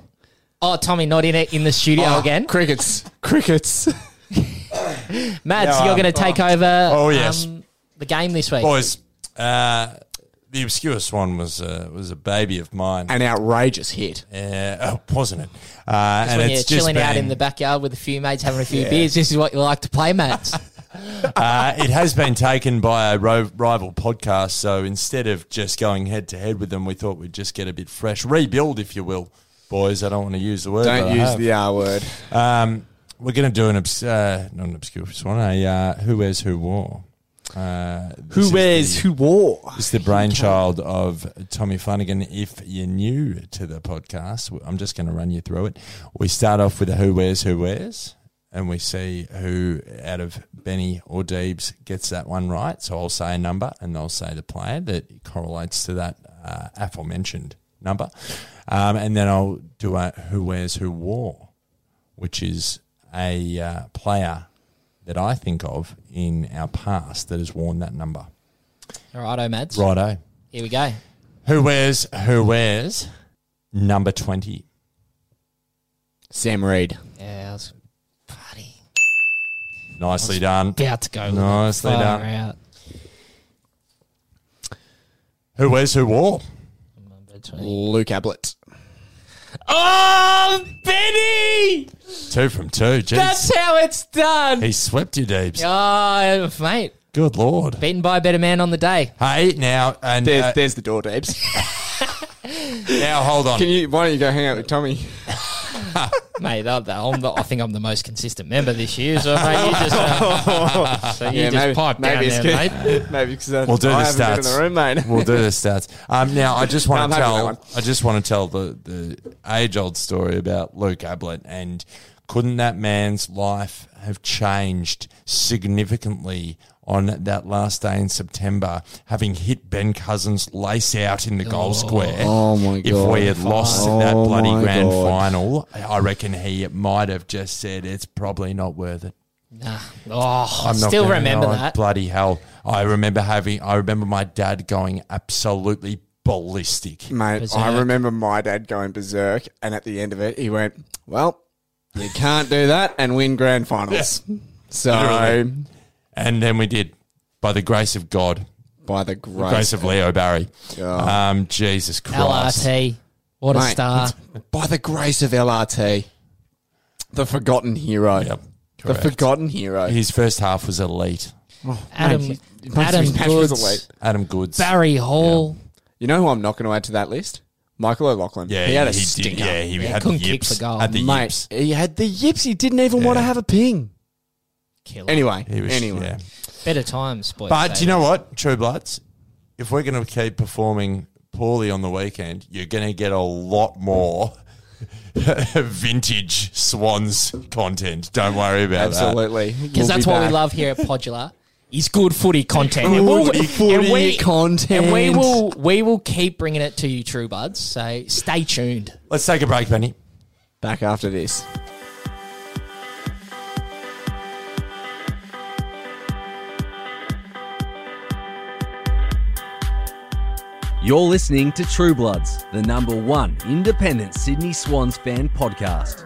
C: Oh, Tommy, not in it in the studio
A: Oh,
C: again.
A: Crickets. Crickets.
C: Mads,
B: No,
C: you're
B: um,
C: going to take over.
B: Oh, yes.
C: um, the game this week.
B: Boys, uh, the obscure swan was uh, was a baby of mine,
A: An outrageous hit.
B: uh, oh, wasn't it? Uh, and
C: when
B: it's
C: you're
B: just
C: chilling out
B: been-
C: in the backyard with a few mates, having a few beers, this is what you like to play, mates.
B: Uh, it has been taken by a ro- rival podcast, so instead of just going head to head with them, we thought we'd just get a bit fresh, rebuild, if you will, boys. I don't want to use the word.
A: Don't
B: but I
A: use
B: have.
A: the R word.
B: Um, we're going to do an obs- uh, not an obscure one. A uh, who wears who wore. Uh, this is the-
A: who wore?
B: It's the brainchild of Tommy Flanagan. If you're new to the podcast, I'm just going to run you through it. We start off with a who wears who wears, and we see who out of Benny or Deebs gets that one right. So I'll say a number, and they'll say the player that correlates to that uh, aforementioned number, um, and then I'll do a who wears who wore, which is a uh, player that I think of in our past that has worn that number.
C: All right, oh, Mads.
B: Righto.
C: Here we go.
B: Who wears who wears number twenty?
A: Sam Reed.
C: Yeah, I was bloody
B: Nicely done.
C: about to go.
B: Nicely
C: far
B: done.
C: out.
B: Who wears who wore?
C: Number 20.
A: Luke Ablett.
C: Oh, Benny!
B: Two from two. Jeez.
C: That's how it's done.
B: He swept you, Deebs.
C: Oh, mate.
B: Good lord.
C: Beaten by a better man on the day.
B: Hey, now and
A: There's,
B: uh,
A: there's the door, Debs.
B: now hold on.
A: Can you? Why don't you go hang out with Tommy?
C: mate. I, I'm the, I think I'm the most consistent member this year. So, mate, you just, uh, so you just pipe down there, mate.
A: good. Maybe it's good.
B: We'll do
A: I
B: the
A: haven't been in
B: stats.
A: the room, mate.
B: We'll do the stats. Um, now, I just
A: No, I'm
B: want to
A: happy with that
B: tell.
A: one.
B: I just want to tell the the age old story about Luke Ablett and couldn't that man's life have changed significantly on that last day in September, having hit Ben Cousins lace out in the goal square?
A: Oh, my
B: If we had
A: God.
B: lost in that
A: Oh,
B: bloody
A: my
B: grand
A: God.
B: final, I reckon he might have just said it's probably not worth it.
C: Nah. Oh, i
B: I'm not
C: still
B: gonna-
C: remember
B: oh,
C: that.
B: Bloody hell. I remember having I remember my dad going absolutely ballistic.
A: Mate,
C: Berserk.
A: I remember my dad going berserk, and at the end of it, he went, "Well, you can't do that and win grand finals." So,
B: Literally. And then we did. By the grace of God.
A: by the grace,
B: Grace of Leo Barry. Um Jesus Christ.
C: LRT. What a
A: Mate,
C: star.
A: by the grace of LRT, the forgotten hero,
B: Yep,
A: the
B: correct.
A: forgotten hero.
B: His first half was elite.
C: Adam,
A: Mate, he-
C: Adam
A: his match was
C: Goods,
A: elite.
B: Adam Goods.
C: Barry Hall.
A: You know who I'm not going to add to that list? Michael O'Loughlin.
B: Yeah,
A: he had a
B: did.
A: stinker.
B: Yeah, he
C: Yeah,
B: had the
C: couldn't kick
B: yips.
C: for goal.
B: Had the
A: Mate,
B: yips.
A: he had the yips. He didn't even want to have a ping.
C: Killer.
A: Anyway,
B: He was
A: anyway.
B: yeah.
C: Better times, boys.
B: But
C: They
B: do you know what, True Bloods? If we're going to keep performing poorly on the weekend, you're going to get a lot more vintage Swans content. Don't worry about that.
A: Absolutely.
C: because that's what we love here at Podular is good footy content. And we'll-
A: Good
C: and
A: footy
C: we-
A: content.
C: and we will we will keep bringing it to you, True Buds. So stay tuned.
B: Let's take a break, Benny.
A: Back after this.
D: You're listening to True Bloods, the number one independent Sydney Swans fan podcast.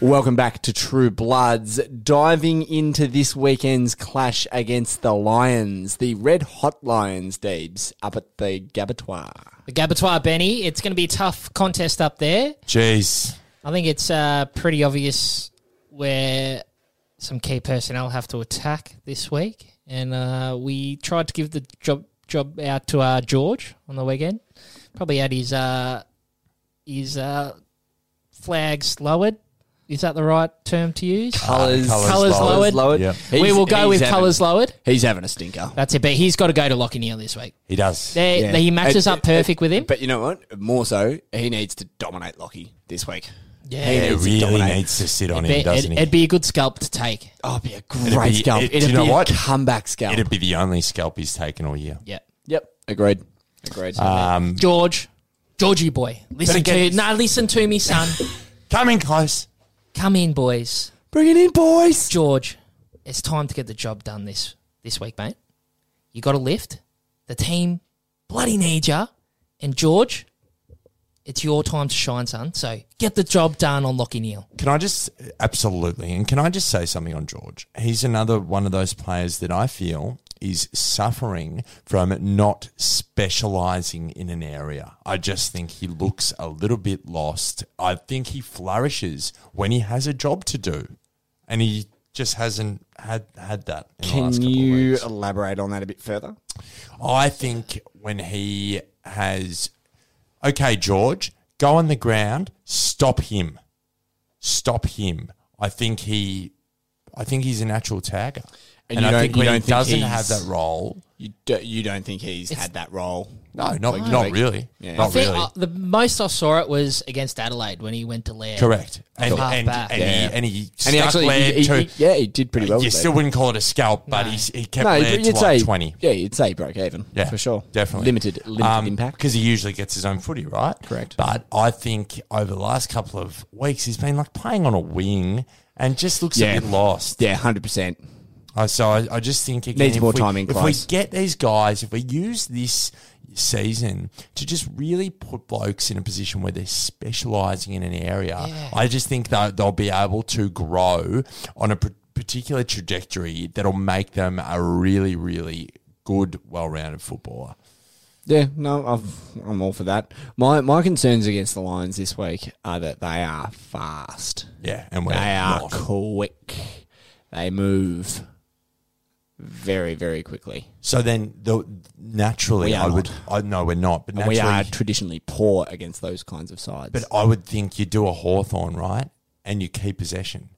A: Welcome back to True Bloods. Diving into this weekend's clash against the Lions, the Red Hot Lions, Deebs, up at the Gabatoire.
C: The Gabatoire Benny, it's going to be a tough contest up there.
B: Jeez.
C: I think it's uh, pretty obvious where some key personnel have to attack this week, and uh, we tried to give the job job out to uh, George on the weekend. Probably had his uh, his uh, flags lowered. Is that the right term to use?
A: Colours,
B: colours
C: Colours lowered.
A: lowered.
B: Yep.
C: we
A: He's-
C: will go
A: he's
C: with
A: having-
C: colours lowered.
A: He's having a stinker.
C: That's it, but he's got to go to Lockinier this week.
B: He does.
C: They,
A: Yeah.
C: they- he matches
A: It-
C: up perfect with him.
A: But you know what? More so, he needs to dominate Lockie this week.
C: Yeah.
A: He
B: It
A: needs to
B: really
A: dominate.
B: needs to sit on
C: But
B: him,
C: it,
B: doesn't
C: would
B: he?
C: be a good scalp to take.
A: Oh, it'd be a great
B: be-
A: scalp.
B: it- do
A: it'd
B: you know
A: be
B: what?
A: a comeback scalp.
B: It'd be the only scalp he's taken all year.
C: Yeah.
A: yep. Agreed. Agreed.
B: Um,
C: George, Georgie boy, listen
B: Better get-
C: to now. listen to me, son.
B: coming close.
C: Come in, boys.
A: Bring it in, boys.
C: George, it's time to get the job done this this week, mate. You got to lift. The team bloody need ya. And George, it's your time to shine, son. So get the job done on Lockie Neal.
B: Can I just absolutely, and can I just say something on George? He's another one of those players that I feel is suffering from not specializing in an area. I just think he looks a little bit lost. I think he flourishes when he has a job to do, and he just hasn't had had that. In the last
A: Can
B: couple of
A: you
B: weeks.
A: elaborate on that a bit further?
B: I think when he has, okay, George, go on the ground, stop him, stop him. I think he, I think he's a natural tagger,
A: And
B: and,
A: you
B: I
A: don't-
B: think
A: you
B: when he
A: don't think
B: doesn't
A: he's-
B: have that role,
A: You, do, you don't think he's had that role?
B: no, not not really,
A: Yeah.
B: not
A: I
C: think,
B: Oh, really.
C: uh, the most I saw it was against Adelaide when he went to Lair.
B: Correct, and
C: Half
B: and,
C: back.
B: and,
A: Yeah.
B: he, and he
A: And he
B: stuck
A: actually,
B: Laird
A: he- he-
B: to- Uh,
A: he- yeah, he did pretty well.
B: you
A: with
B: still
A: it.
B: wouldn't call it a scalp, but
C: No.
B: he, he kept
A: no,
B: Laird
A: you'd,
B: to
A: you'd
B: like
A: say
B: twenty.
A: Yeah, you'd say he broke even.
B: Yeah,
A: for sure.
B: Definitely. Um,
A: limited, limited impact.
B: Because he usually gets his own footy, right?
A: Correct.
B: But I think over the last couple of weeks, he's been like playing on a wing and just looks
A: Yeah.
B: a bit lost.
A: Yeah, hundred percent.
B: Uh, so I, I just think again,
A: Needs
B: if
A: more
B: we,
A: time in
B: If
A: class.
B: we get these guys, if we use this season to just really put blokes in a position where they're specialising in an area,
C: Yeah.
B: I just think that they'll be able to grow on a par- particular trajectory that'll make them a really, really good, well-rounded footballer.
A: Yeah, no, I've, I'm all for that. My my concerns against the Lions this week are that they are fast.
B: Yeah, and we're
A: They are
B: not.
A: quick. They move very very quickly.
B: So then, the, naturally,
A: We
B: I
A: are
B: would. I no, we're not. But
A: And
B: naturally,
A: we are traditionally poor against those kinds of sides.
B: But I would think you do a Hawthorn right, and you keep possession,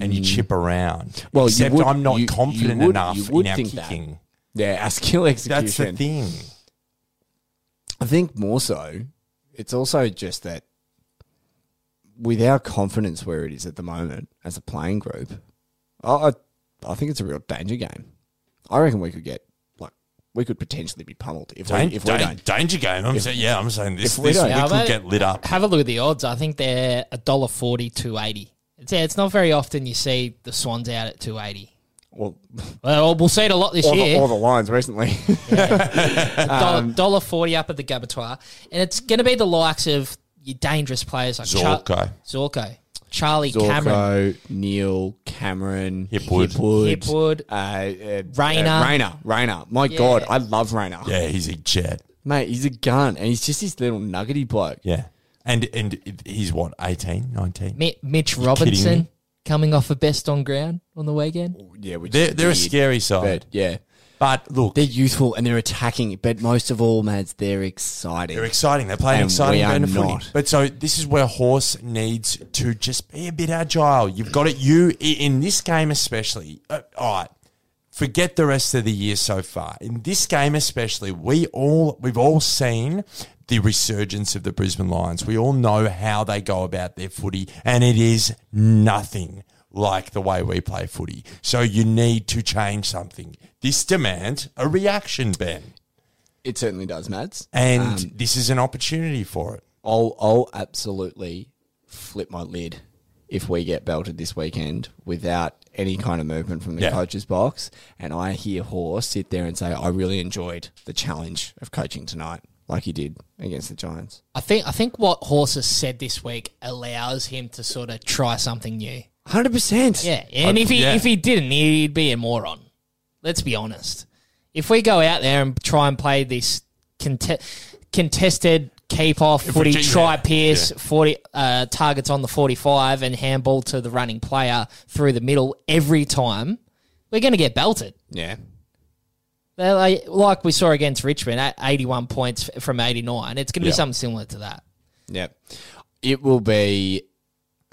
B: and you chip around.
A: Mm. Well, you
B: except
A: would-
B: I'm not
A: you- you
B: confident
A: would-
B: enough
A: you would
B: in our
A: think that.
B: kicking.
A: yeah, our skill execution.
B: That's the thing.
A: I think more so, it's also just that with our confidence where it is at the moment as a playing group, I, I, I think it's a real danger game. I reckon we could get like we could potentially be pummeled if
B: Dan-
A: we if we
B: dan-
A: don't.
B: danger game. I'm saying, yeah, I'm saying
A: if
B: this.
A: we
B: this
A: don't-
B: we
A: Yeah,
B: could
C: but-
B: get lit up.
C: Have a look at the odds. I think they're a dollar forty to eighty. It's, yeah, it's not very often you see the Swans out at two eighty.
A: Well,
C: Well, we'll see it a lot this
A: all the,
C: year.
A: all the lines recently.
C: dollar, dollar forty up at the Gabatoir, and it's going to be the likes of your dangerous players like Char-
B: Zorko.
C: Zorko, Charlie Cameron,
A: Zorko, Neil, Cameron,
B: Hipwood.
A: Hipwood,
C: Hipwood.
A: uh, uh,
C: Rayner.
A: uh, Rayner, Rayner. My God,
C: Yeah.
A: I love Rayner.
B: Yeah, he's a jet.
A: Mate, he's a gun, and he's just this little nuggety bloke.
B: Yeah, and and he's what 18, 19?
C: Mi- Mitch
B: kidding me?
C: Robinson coming off a best on ground on the weekend.
A: Yeah, which
B: They're
A: is
B: they're a
A: weird,
B: scary
A: but
B: side,
A: yeah.
B: but look,
A: They're youthful and they're attacking, but most of all, Mads, they're exciting.
B: They're exciting. They play an
A: And
B: exciting
A: we are
B: brand of footy.
A: not.
B: But so this is where Horse needs to just be a bit agile. You've got it. You i- in this game especially. uh, all right, forget the rest of the year so far. In this game especially, we all we've all seen the resurgence of the Brisbane Lions. We all know how they go about their footy, and it is nothing like the way we play footy. So you need to change something. This demands a reaction, Ben.
A: it certainly does, Mads. Um,
B: And this is an opportunity for it.
A: I'll, I'll absolutely flip my lid if we get belted this weekend without any kind of movement from the
B: Yeah.
A: coach's box. And I hear Horse sit there and say, I really enjoyed the challenge of coaching tonight, like he did against the Giants.
C: I think I think what Horse has said this week allows him to sort of try something new.
A: 100%.
C: Yeah, and if he
B: yeah.
C: if he didn't, he'd be a moron. Let's be honest. If we go out there and try and play this conte- contested keep off
B: If
C: footy,
B: we- yeah,
C: try Pierce
B: yeah.
C: forty uh, targets on the forty five and handball to the running player through the middle every time, we're going to get belted.
A: Yeah.
C: They're like, like we saw against Richmond, eighty one points f- from eighty nine. It's going to
B: Yeah.
C: be something similar to that.
A: Yep. It will be.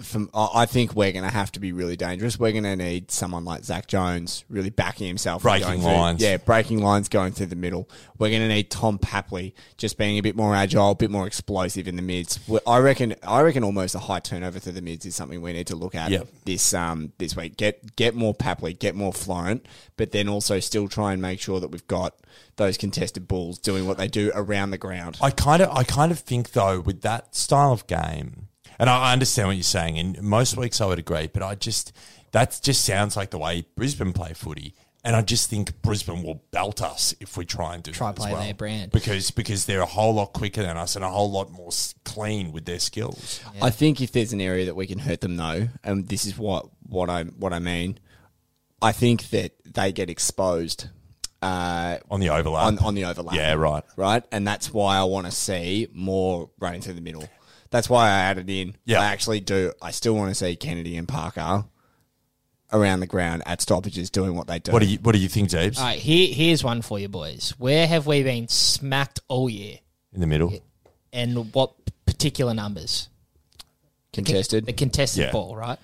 A: From, I I think we're going to have to be really dangerous. We're going to need someone like Zach Jones really backing himself, and
B: Breaking
A: going through-
B: lines.
A: yeah, breaking lines, going through the middle. We're going to need Tom Papley just being a bit more agile, a bit more explosive in the mids. We- I reckon. I reckon almost a high turnover through the mids is something we need to look at
B: Yep.
A: this um this week. Get get more Papley, get more Florent, but then also still try and make sure that we've got those contested balls doing what they do around the ground.
B: I kind of, I kind of think though, with that style of game, and I I understand what you're saying, and most weeks I would agree, but I just that just sounds like the way Brisbane play footy, and I just think Brisbane will belt us if we try and do
C: Try
B: that as
C: play
B: well.
C: their brand.
B: because because they're a whole lot quicker than us and a whole lot more s- clean with their skills.
A: I think if there's an area that we can hurt them though, and this is what what I what I mean, I think that they get exposed uh,
B: on the overlap.
A: on on the overlap.
B: Yeah, right.
A: right, and that's why I want to see more running through the middle. That's why I added in.
B: Yeah.
A: I actually do. I still want to see Kennedy and Parker around the ground at stoppages doing what they do.
B: What do you What do you think, James?
C: All right, here here's one for you boys. Where have we been smacked all year?
B: In the middle.
C: and what particular numbers
A: contested?
C: the contested
B: Yeah.
C: ball right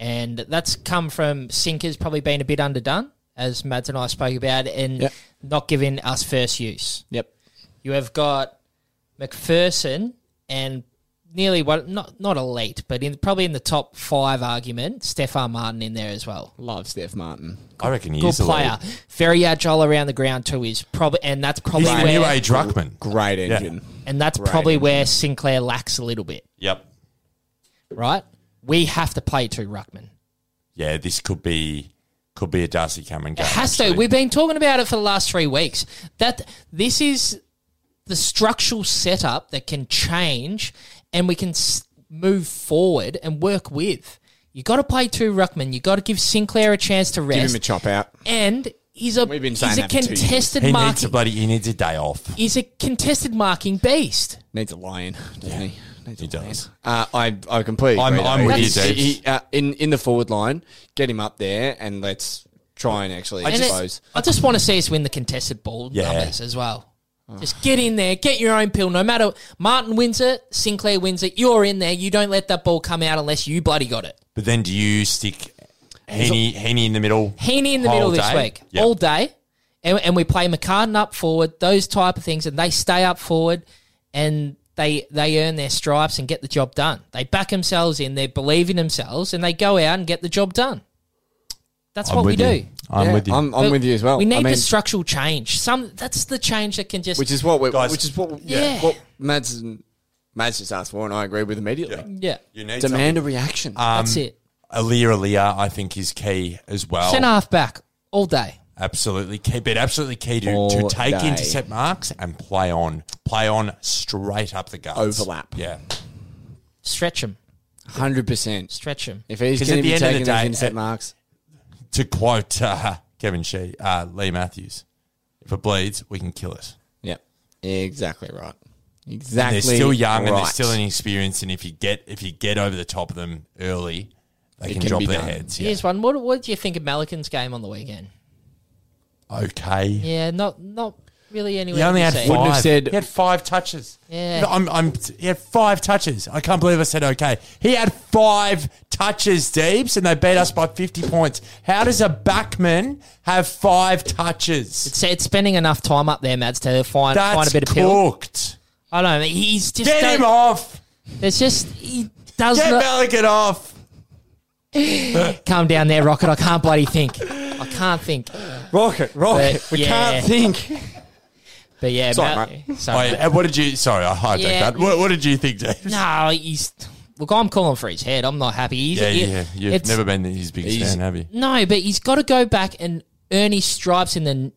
C: and that's come from sinkers probably being a bit underdone as mads and i spoke about and
A: Yep.
C: not giving us first use
A: yep.
C: you have got mcpherson and nearly what not not elite but in probably in the top five argument stefan martin in there as well
A: Love Steph Martin.
B: I reckon he
C: good
B: is the lead.
C: player very agile around the ground too is probably and that's probably
B: He's the new
C: where,
B: age ruckman.
A: Great engine.
C: and that's probably where sinclair lacks a little bit
B: Yep.
C: right we have to play two ruckman
B: Yeah, this could be could be a Darcy Cameron game.
C: It has to.
B: actually.
C: We've been talking about it for the last three weeks. That this is the structural setup that can change, and we can s- move forward and work with. You got to play two ruckman. You got to give Sinclair a chance to rest.
A: Give him a chop out.
C: and he's a
A: We've been saying
C: he's a
A: that for two years.
C: contested
B: He needs a
C: marking.
B: bloody. He needs a day off.
C: he's a contested marking beast.
A: Needs a lion, doesn't he? Needs
B: He
A: a lion.
B: does.
A: Uh, I I completely.
B: I'm-
A: agree,
B: I'm
A: though.
B: with you,
A: He-
B: Debs.
A: he- uh, in in the forward line, get him up there, and let's try and actually
C: And it-
A: expose.
C: I just want to see us win the contested ball
B: Yeah.
C: numbers as well. Just get in there, get your own pill. No matter Martin wins it, Sinclair wins it. You're in there. You don't let that ball come out unless you bloody got it.
B: But then do you stick Heaney, Heaney in the middle?
C: Heaney in the
B: whole
C: middle this
B: day?
C: week,
B: Yep.
C: all day, and, and we play McCartan up forward. Those type of things, and they stay up forward, and they they earn their stripes and get the job done. They back themselves in, they believe in themselves, and they go out and get the job done. That's
B: I'm
C: what we
B: with
C: do.
B: you. I'm
A: Yeah,
B: with you.
A: I'm, I'm
C: But
A: with you as well.
C: We need
A: I
C: the
A: mean,
C: structural change. Some that's the change that can just
A: which is what we,
B: Guys.
A: which is what
C: Yeah.
A: what Mads and Mads just asked for, and I agree with immediately.
C: yeah.
B: you need
A: Demand a reaction.
B: Uh, Um,
C: that's it.
B: something. Alia Alia, I think, is key as well.
C: Centre half back all day.
B: Absolutely key, but absolutely key to, to
A: All
B: take
A: day.
B: intercept marks and play on, play on straight up the guts.
A: Overlap.
B: Yeah.
C: Stretch them,
A: Hundred percent.
C: stretch them.
A: If he's
B: 'Cause
A: going
B: at
A: to
B: the
A: be
B: end of the
A: taking those
B: day,
A: intercept
B: uh,
A: marks,
B: To quote uh, Kevin Shee, uh, Lee Matthews, if it bleeds, we can kill it.
A: yep, exactly right.
B: And
A: Exactly.
B: they're still young and they're
A: right.
B: still inexperienced, and if you get if you get over the top of them early, they
A: It
B: can,
A: can
B: drop
A: be
B: their
A: done.
B: heads. Yeah.
C: Here's one. What what do you think of Malikan's game on the weekend?
B: Okay.
C: Yeah, not not really anywhere.
B: He only
C: to
B: had
C: be seen.
B: five.
A: Wouldn't have said-
B: he had five touches.
C: Yeah.
B: No, I'm, I'm, he had five touches. I can't believe I said okay. He had five touches, Deebs, and they beat us by 50 points. How does a backman have five touches?
C: So it's spending enough time up there, Mads, to find
B: That's
C: find a bit of pill.
B: cooked.
C: I don't know. He's just
B: Get
C: don't-
B: him off.
C: There's just he does
B: Get
C: not
B: Maligan off.
C: come down there, Rocket. I can't bloody think. I can't think.
A: rocket, rocket.
C: But
A: we
C: yeah.
A: can't think.
C: But yeah,
A: Sorry,
C: Mal-
B: Oh,
C: sorry.
B: yeah. What did you? Sorry, I hijacked
C: Yeah.
B: that. What, what did you think, Deebs?
C: No, he's look. I'm calling for his head. I'm not happy. He's,
B: Yeah,
C: he-
B: yeah. You've
C: it's-
B: never been his biggest
A: He's-
B: fan, have you?
C: No, but he's got to go back and earn his stripes in the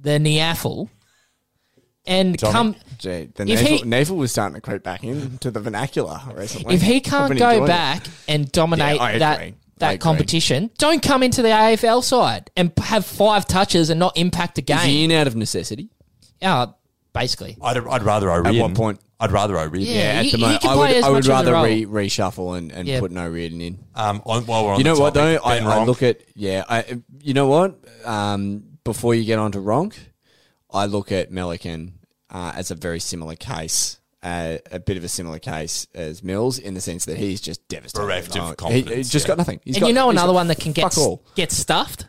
C: the Neafel, and
B: Tommy.
C: come.
A: Gee, the
C: If
A: navel,
C: he-
A: navel was starting to creep back into the vernacular recently.
C: If he
A: I've
C: can't
A: been
C: go
A: enjoying it.
C: back and dominate
A: Yeah, I
C: that
A: agree. I
C: that
A: agree.
C: competition, don't come into the AFL side and p- have five touches and not impact a
A: is
C: game.
A: he in out of necessity?
C: Yeah, basically.
B: I'd, I'd rather O'Riordan.
A: what point?
B: I'd rather O'Riordan.
C: Yeah.
A: at
C: you-
A: the
C: you
A: moment,
C: can
A: I
C: play
A: would,
C: as
A: I would
C: much in
A: rather
C: the role.
A: re, reshuffle and, and
C: Yeah.
A: put no Reardon in.
B: Um, on, while we're on
A: You know
B: the
A: what though?
B: topic,
A: I,
B: Ben
A: I
B: Ronk.
A: look at yeah. I you know what? Um, before you get on to Ronk, I look at Melican uh, as a very similar case, uh, a bit of a similar case as Mills in the sense that he's just devastated.
B: Bereft of
A: Like, He,
B: confidence,
A: he's just
B: yeah.
A: got nothing. He's
C: And
A: got-
C: you know
A: he's
C: another
A: got
C: one that can get
A: fuck all.
C: get stuffed.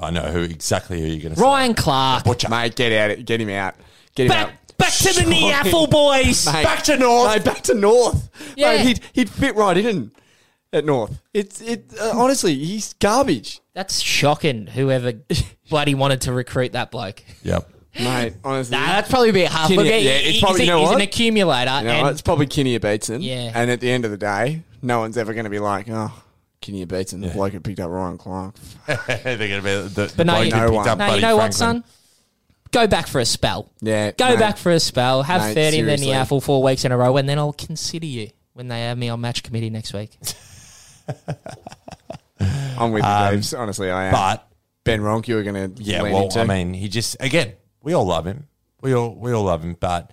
B: I know who exactly who you're going to say.
C: Ryan Clark.
A: Mate, get out! of- Get him out! Get him out!
C: Back back to the
A: Surely-
C: Neafel boys.
A: Mate,
B: Back to North.
A: Mate, back to North.
C: Yeah.
A: Mate, he'd, he'd fit right in at North. It's it. Uh, honestly, he's garbage,
C: That's shocking. Whoever bloody wanted to recruit that bloke.
B: Yep.
A: mate. Honestly,
C: Nah, that's probably a bit half.
A: Can
C: Look,
A: you-
C: he-
A: yeah, it's
C: he's,
A: probably-
C: a-
A: you know
C: he's an
A: what?
C: accumulator.
A: You know,
C: and-
A: it's probably Kinnear Beatson.
C: Yeah.
A: And at the end of the day, no one's ever going to be like, oh, Kinnear Beatson, the bloke who picked up Ryan Clark.
B: They're going to be the,
C: But no,
B: bloke
C: you-
B: who
A: No
B: picked
A: one.
B: up
C: no,
B: Buddy
C: you know what,
B: Franklin.
C: son? Go back for a spell.
A: Yeah.
C: Go
A: mate.
C: back for a spell, have
A: Mate,
C: 30 and then the
A: seriously.
C: apple four weeks in a row, and then I'll consider you when they have me on match committee next week.
A: I'm with the Braves. Honestly, I am.
B: Um, But
A: ben Ronk, you were going to.
B: yeah, well, I mean, he just again, we all love him. We all we all love him, but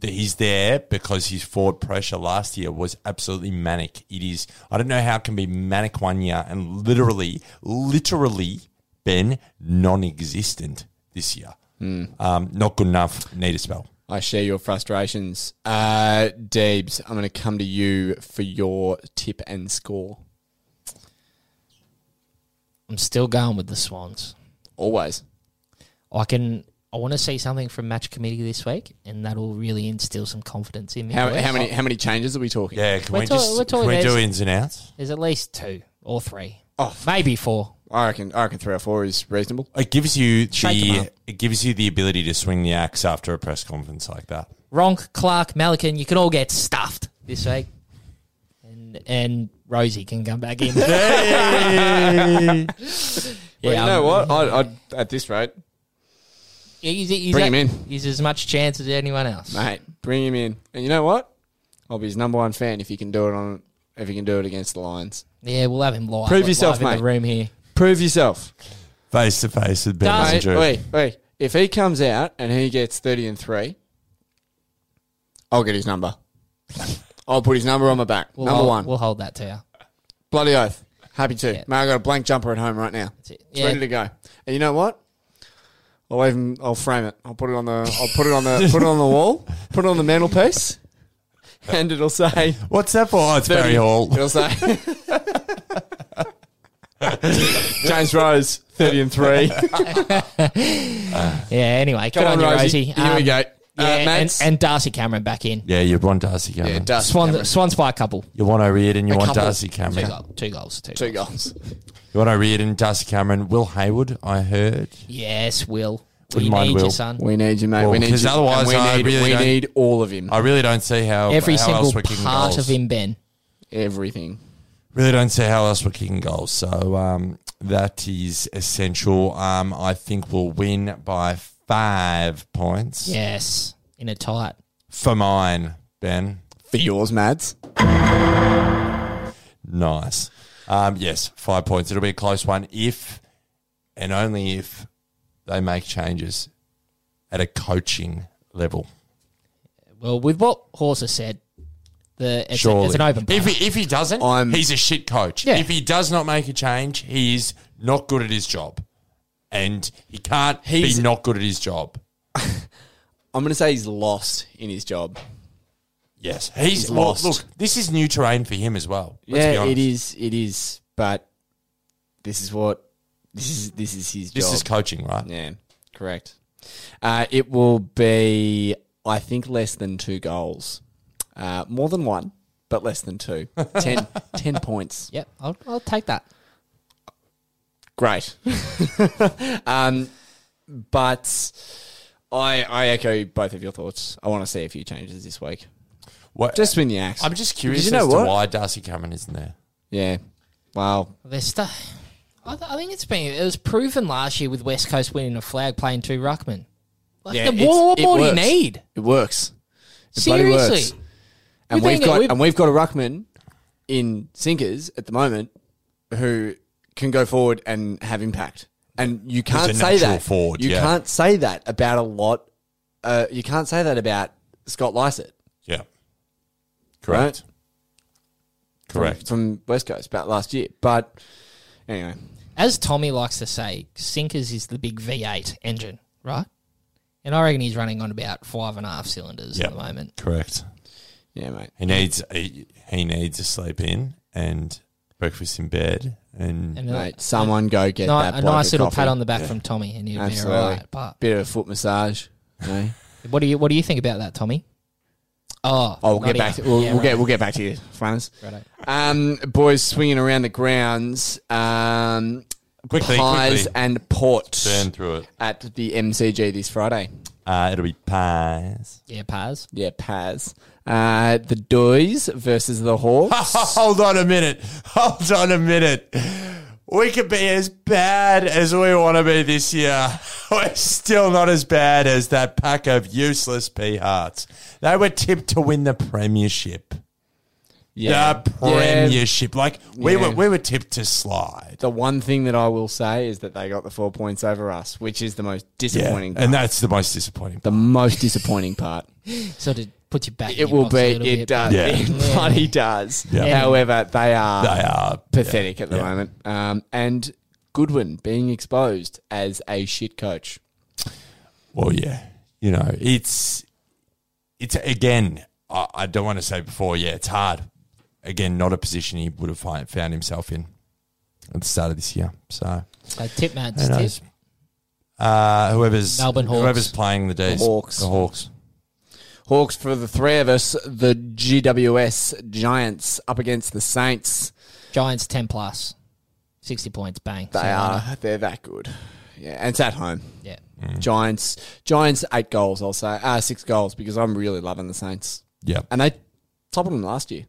B: th- he's there because his forward pressure last year was absolutely manic. It is. I don't know how it can be manic one year and literally, literally, Ben non-existent this year.
C: Hmm.
B: Um, not good enough. Need a spell.
A: I share your frustrations. Uh, Deebs, I'm going to come to you for your tip and score.
C: I'm still going with the Swans.
A: Always.
C: I can. I want to see something from match committee this week, and that'll really instill some confidence in me.
A: How,
C: boys.
A: how many how many changes are we talking?
B: Yeah, can
C: We're
B: we
C: talk-
B: just
C: we're talking
B: can we do
C: about-
B: ins and outs
C: There's at least two or three,
A: Oh, f-
C: maybe four.
A: I reckon I reckon three or four is reasonable.
B: It gives you
C: Shake 'em
B: the
C: up.
B: it gives you the ability to swing the axe after a press conference like that.
C: Ronk, Clark, Malikan, you can all get stuffed this week, and and Rosie can come back in. yeah,
A: Well, you know
C: I'm-
A: what? I, I'd, at this rate,
C: He's, he's
A: Bring him
C: a-
A: in.
C: He's as much chance as anyone else.
A: mate, bring him in. And you know what? I'll be his number one fan if he can do it on if he can do it against the Lions.
C: Yeah, we'll have him live.
A: Prove yourself,
C: live in
A: mate.
C: the room here.
A: Prove yourself.
B: face to face with Ben
C: Does-
A: Mate,
B: Andrew.
A: wait, wait. If he comes out and he gets 30 and 3, I'll get his number. I'll put his number on my back.
C: We'll
A: number
C: hold,
A: one.
C: We'll hold that to you.
A: Bloody oath. Happy to.
C: Yeah.
A: Man, I got a blank jumper at home right now. It's
C: it. Yeah.
A: ready to go. And you know what? I'll even I'll frame it. I'll put it on the I'll put it on the put it on the wall. Put it on the mantelpiece. And it'll say
B: What's that for? Oh, it's
A: 30.
B: Barry Hall.
A: It'll say James Rose, thirty and three.
C: Yeah. Anyway,
A: Come
C: good
A: on,
C: on, you,
A: Rosie.
C: Rosie.
A: Here we
C: Um,
A: go. Uh,
C: Yeah, and,
A: Mads?
C: and Darcy Cameron back in.
B: Yeah, you want Darcy Cameron.
A: yeah, Dust.
C: Swan, Swan Spy couple.
B: You want O'Riordan, you
C: A
B: want
C: couple.
B: Darcy Cameron.
C: Two, goal, two goals. Two.
A: two
C: goals.
A: goals.
B: You want O'Riordan, Darcy Cameron, Will Hayward, I heard.
C: Yes, Will.
B: Wouldn't
C: We
B: mind
C: need
B: Will.
C: you, son.
A: We need you, mate.
B: Well,
A: we need
B: 'cause
A: you.
B: otherwise
A: And we
B: I
A: need,
B: really
A: we
B: don't-
A: need all of him.
B: I really don't see how
C: Every
B: how
C: single
B: else we're kicking
C: part
B: goals.
C: of him, Ben.
A: Everything.
B: Really don't see how else we're kicking goals. So um, that is essential. Um, I think we'll win by five points.
C: Yes, in a tight.
B: For mine, Ben.
A: For yours, Mads.
B: Nice. Um, yes, five points. It'll be a close one if and only if they make changes at a coaching level.
C: Well, with what Horse has said, the it's, a,
B: Surely.
C: it's an open.
B: if
C: bar.
B: he, if he doesn't,
A: I'm-
B: he's a shit coach.
C: Yeah.
B: If he does not make a change, he is not good at his job. And he can't
A: He's-
B: be not good at his job.
A: I'm going to say he's lost in his job.
B: Yes. He's,
A: He's
B: lost.
A: lost.
B: Look, this is new terrain for him as well. Let's be
A: yeah,
B: honest.
A: it is. It is. But this is what this is. This is his
B: This
A: job.
B: is coaching, right?
A: yeah, correct. Uh, it will be, I think, less than two goals. Uh, more than one, but less than two. Ten, ten points.
C: Yep, I'll, I'll take that.
A: Great. um, but I I echo both of your thoughts. I want to see a few changes this week.
B: What,
A: Just win the axe.
B: I'm just
A: Because
B: curious
A: you know
B: as
A: what?
B: to why Darcy Cameron isn't there.
A: Yeah. Wow.
C: There's stuff. I, th- I think it's been it was proven last year with West Coast winning a flag playing two ruckmen. Like,
A: Yeah,
C: the,
A: it's-
C: what
A: it
C: more do you
A: works.
C: need?
A: It works. It bloody works.
C: Seriously,
A: And
C: We're
A: we've
C: doing it.
A: got
C: We've-
A: and we've got a ruckman in sinkers at the moment who can go forward and have impact. And you can't
B: a
A: say
B: natural
A: that.
B: forward,
A: you
B: yeah.
A: can't say that about a lot. Uh, you can't say that about Scott Lysett
B: Yeah.
A: Right.
B: Correct. Correct.
A: from West Coast about last year. But anyway,
C: as Tommy likes to say, Sinkers is the big V8 engine, right? And I reckon he's running on about five and a half cylinders
B: Yep.
C: at the moment.
B: Correct.
A: yeah, mate.
B: He needs he, he needs to sleep in and breakfast in bed and,
C: And
A: Mate, someone go get
C: a, ni-
A: that
C: a
A: bloke
C: nice little
A: coffee.
C: pat on the back from Tommy, and he'll be all
A: Absolutely.
C: right. But
A: Bit of a foot massage. you know.
C: what do you what do you think about that, Tommy? Oh,
A: Oh, we'll
C: not
A: get back. To,
C: even-
A: we'll,
C: yeah,
A: we'll
C: right.
A: get. We'll get back to you, Franz.
C: Righto.
A: Um, boys swinging around the grounds. Um,
B: quickly,
A: pies
B: quickly
A: and port
B: burn through it.
A: at the MCG this Friday.
B: Uh, it'll be pies.
C: yeah, Paz.
A: Yeah, Paz. Uh, the Doys versus the Hawks.
B: Hold on a minute. Hold on a minute. We could be as bad as we want to be this year. We're still not as bad as that pack of useless pea hearts. They were tipped to win the premiership. The
A: Yeah.
B: premiership. Like we
A: Yeah.
B: were, we were tipped to slide.
A: The one thing that I will say is that they got the four points over us, which is the most
B: Yeah,
A: disappointing. Part.
B: and that's the most disappointing.
A: the most disappointing part.
C: Sort of put you back. in
A: It
C: your
A: will
C: box
A: be.
C: a little
A: It
C: bit,
A: does.
B: Yeah.
A: It bloody does. However, they are.
B: They are
A: pathetic at the
B: yeah.
A: moment. Um, and Goodwin being exposed as a shit coach.
B: Well, yeah, you know, it's it's again. I, I don't want to say before. Yeah, it's hard. Again, not a position he would have find, found himself in at the start of this year. So
C: but- Uh, tip match.
B: who
C: Tip.
B: knows? Uh, whoever's
C: Melbourne Hawks.
B: whoever's playing the D's,
A: Hawks.
B: the Hawks.
A: Hawks for the three of us, the GWS Giants up against the Saints.
C: Giants ten plus, sixty points. Bang.
A: They
C: So,
A: are they're that good. Yeah, and it's at home.
C: Yeah.
B: Mm.
A: Giants Giants eight goals, I'll say. Uh, six goals because I'm really loving the Saints.
B: Yeah,
A: And they toppled them last year.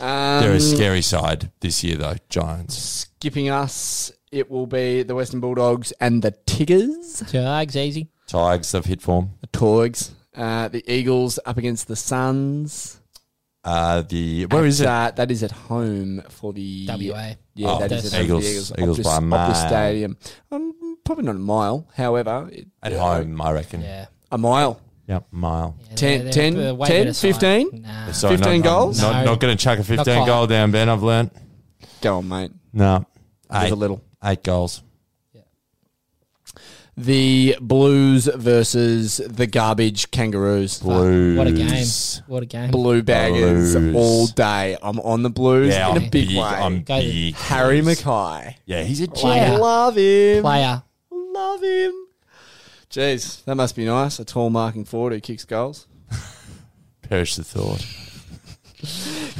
A: Um,
B: they're a scary side this year, though. Giants.
A: skipping us, it will be the Western Bulldogs and the Tigers.
C: Jags easy.
B: Tigers have hit form.
A: The Torgs. Uh, the Eagles up against the Suns.
B: Uh, the where is it?
A: Uh, that is at home for the
C: WA.
A: Yeah,
B: Oh,
A: that is
B: that's-
A: at home for the
B: Eagles- Eagles
A: Optus-
B: by a
A: Optus
B: mile.
A: Stadium. Um, probably not a mile. However, it-
B: At home, I reckon.
C: Yeah.
A: a mile.
B: Yep, mile.
C: Yeah,
A: Ten-
C: they're-
A: ten-
C: they're way
A: ten,
C: better side.
A: 15?
C: Nah.
B: Sorry,
A: 15
B: not, not-
A: goals?
B: Not,
C: No.
B: not going to chuck a 15
C: quite.
B: goal down, Ben. I've learnt.
A: Go on, mate.
B: No.
A: Live
B: Eight,
A: a little.
B: eight goals.
A: The Blues versus the garbage Kangaroos.
B: Blues.
C: What a game. What a game.
A: Blue baggers
B: Blues.
A: all day. I'm on the Blues
B: Yeah,
A: in
B: I'm
A: a big,
B: big.
A: way.
B: I'm
C: Go to
B: big.
A: Harry Mackay.
B: Yeah, he's a
C: Player.
A: Love him.
C: Player.
A: Love him. Jeez, that must be nice. A tall marking forward who kicks goals.
B: Perish the thought.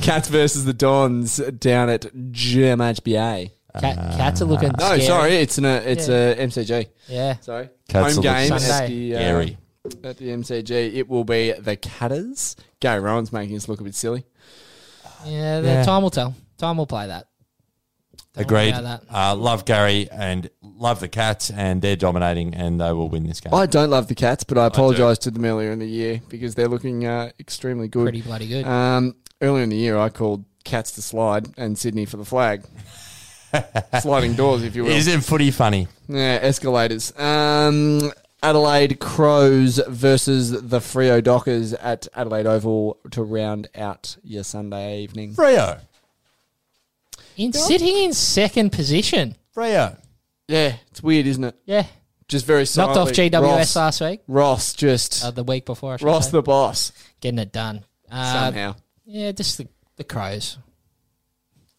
A: Cats versus the Dons down at GMHBA.
C: Cat,
B: Uh,
C: cats are looking
A: No,
C: scary.
A: sorry, it's an uh, it's
C: Yeah.
A: a MCG.
C: Yeah.
A: Sorry,
B: Cats
A: home
B: are
A: game
C: looking
A: at
C: Sunday.
A: the, uh,
B: Gary.
A: at the MCG. It will be the Catters. Gary Rowan's making us look a bit silly.
C: Yeah, the
B: Yeah.
C: time will tell. Time will play that. Don't worry
B: Agreed.
C: about that.
B: Uh, love Gary and love the Cats, and they're dominating, and they will win this game.
A: I don't love the Cats, but I apologise to them earlier in the year because they're looking uh, extremely good.
C: Pretty bloody good.
A: Um, earlier in the year, I called Cats to slide and Sydney for the flag. Sliding doors, if you will.
B: Isn't footy funny?
A: Yeah, escalators. Um, Adelaide Crows versus the Frio Dockers at Adelaide Oval to round out your Sunday evening.
B: Freo.
C: in sitting in second position.
B: Freo.
A: Yeah, it's weird, isn't it?
C: Yeah.
A: Just very
C: Knocked
A: silently.
C: off GWS
A: Ross,
C: last week.
A: Ross just
C: Uh, the week before, I should
A: Ross
C: say.
A: the boss
C: getting it done. Uh,
A: somehow.
C: Yeah, just the, the crows.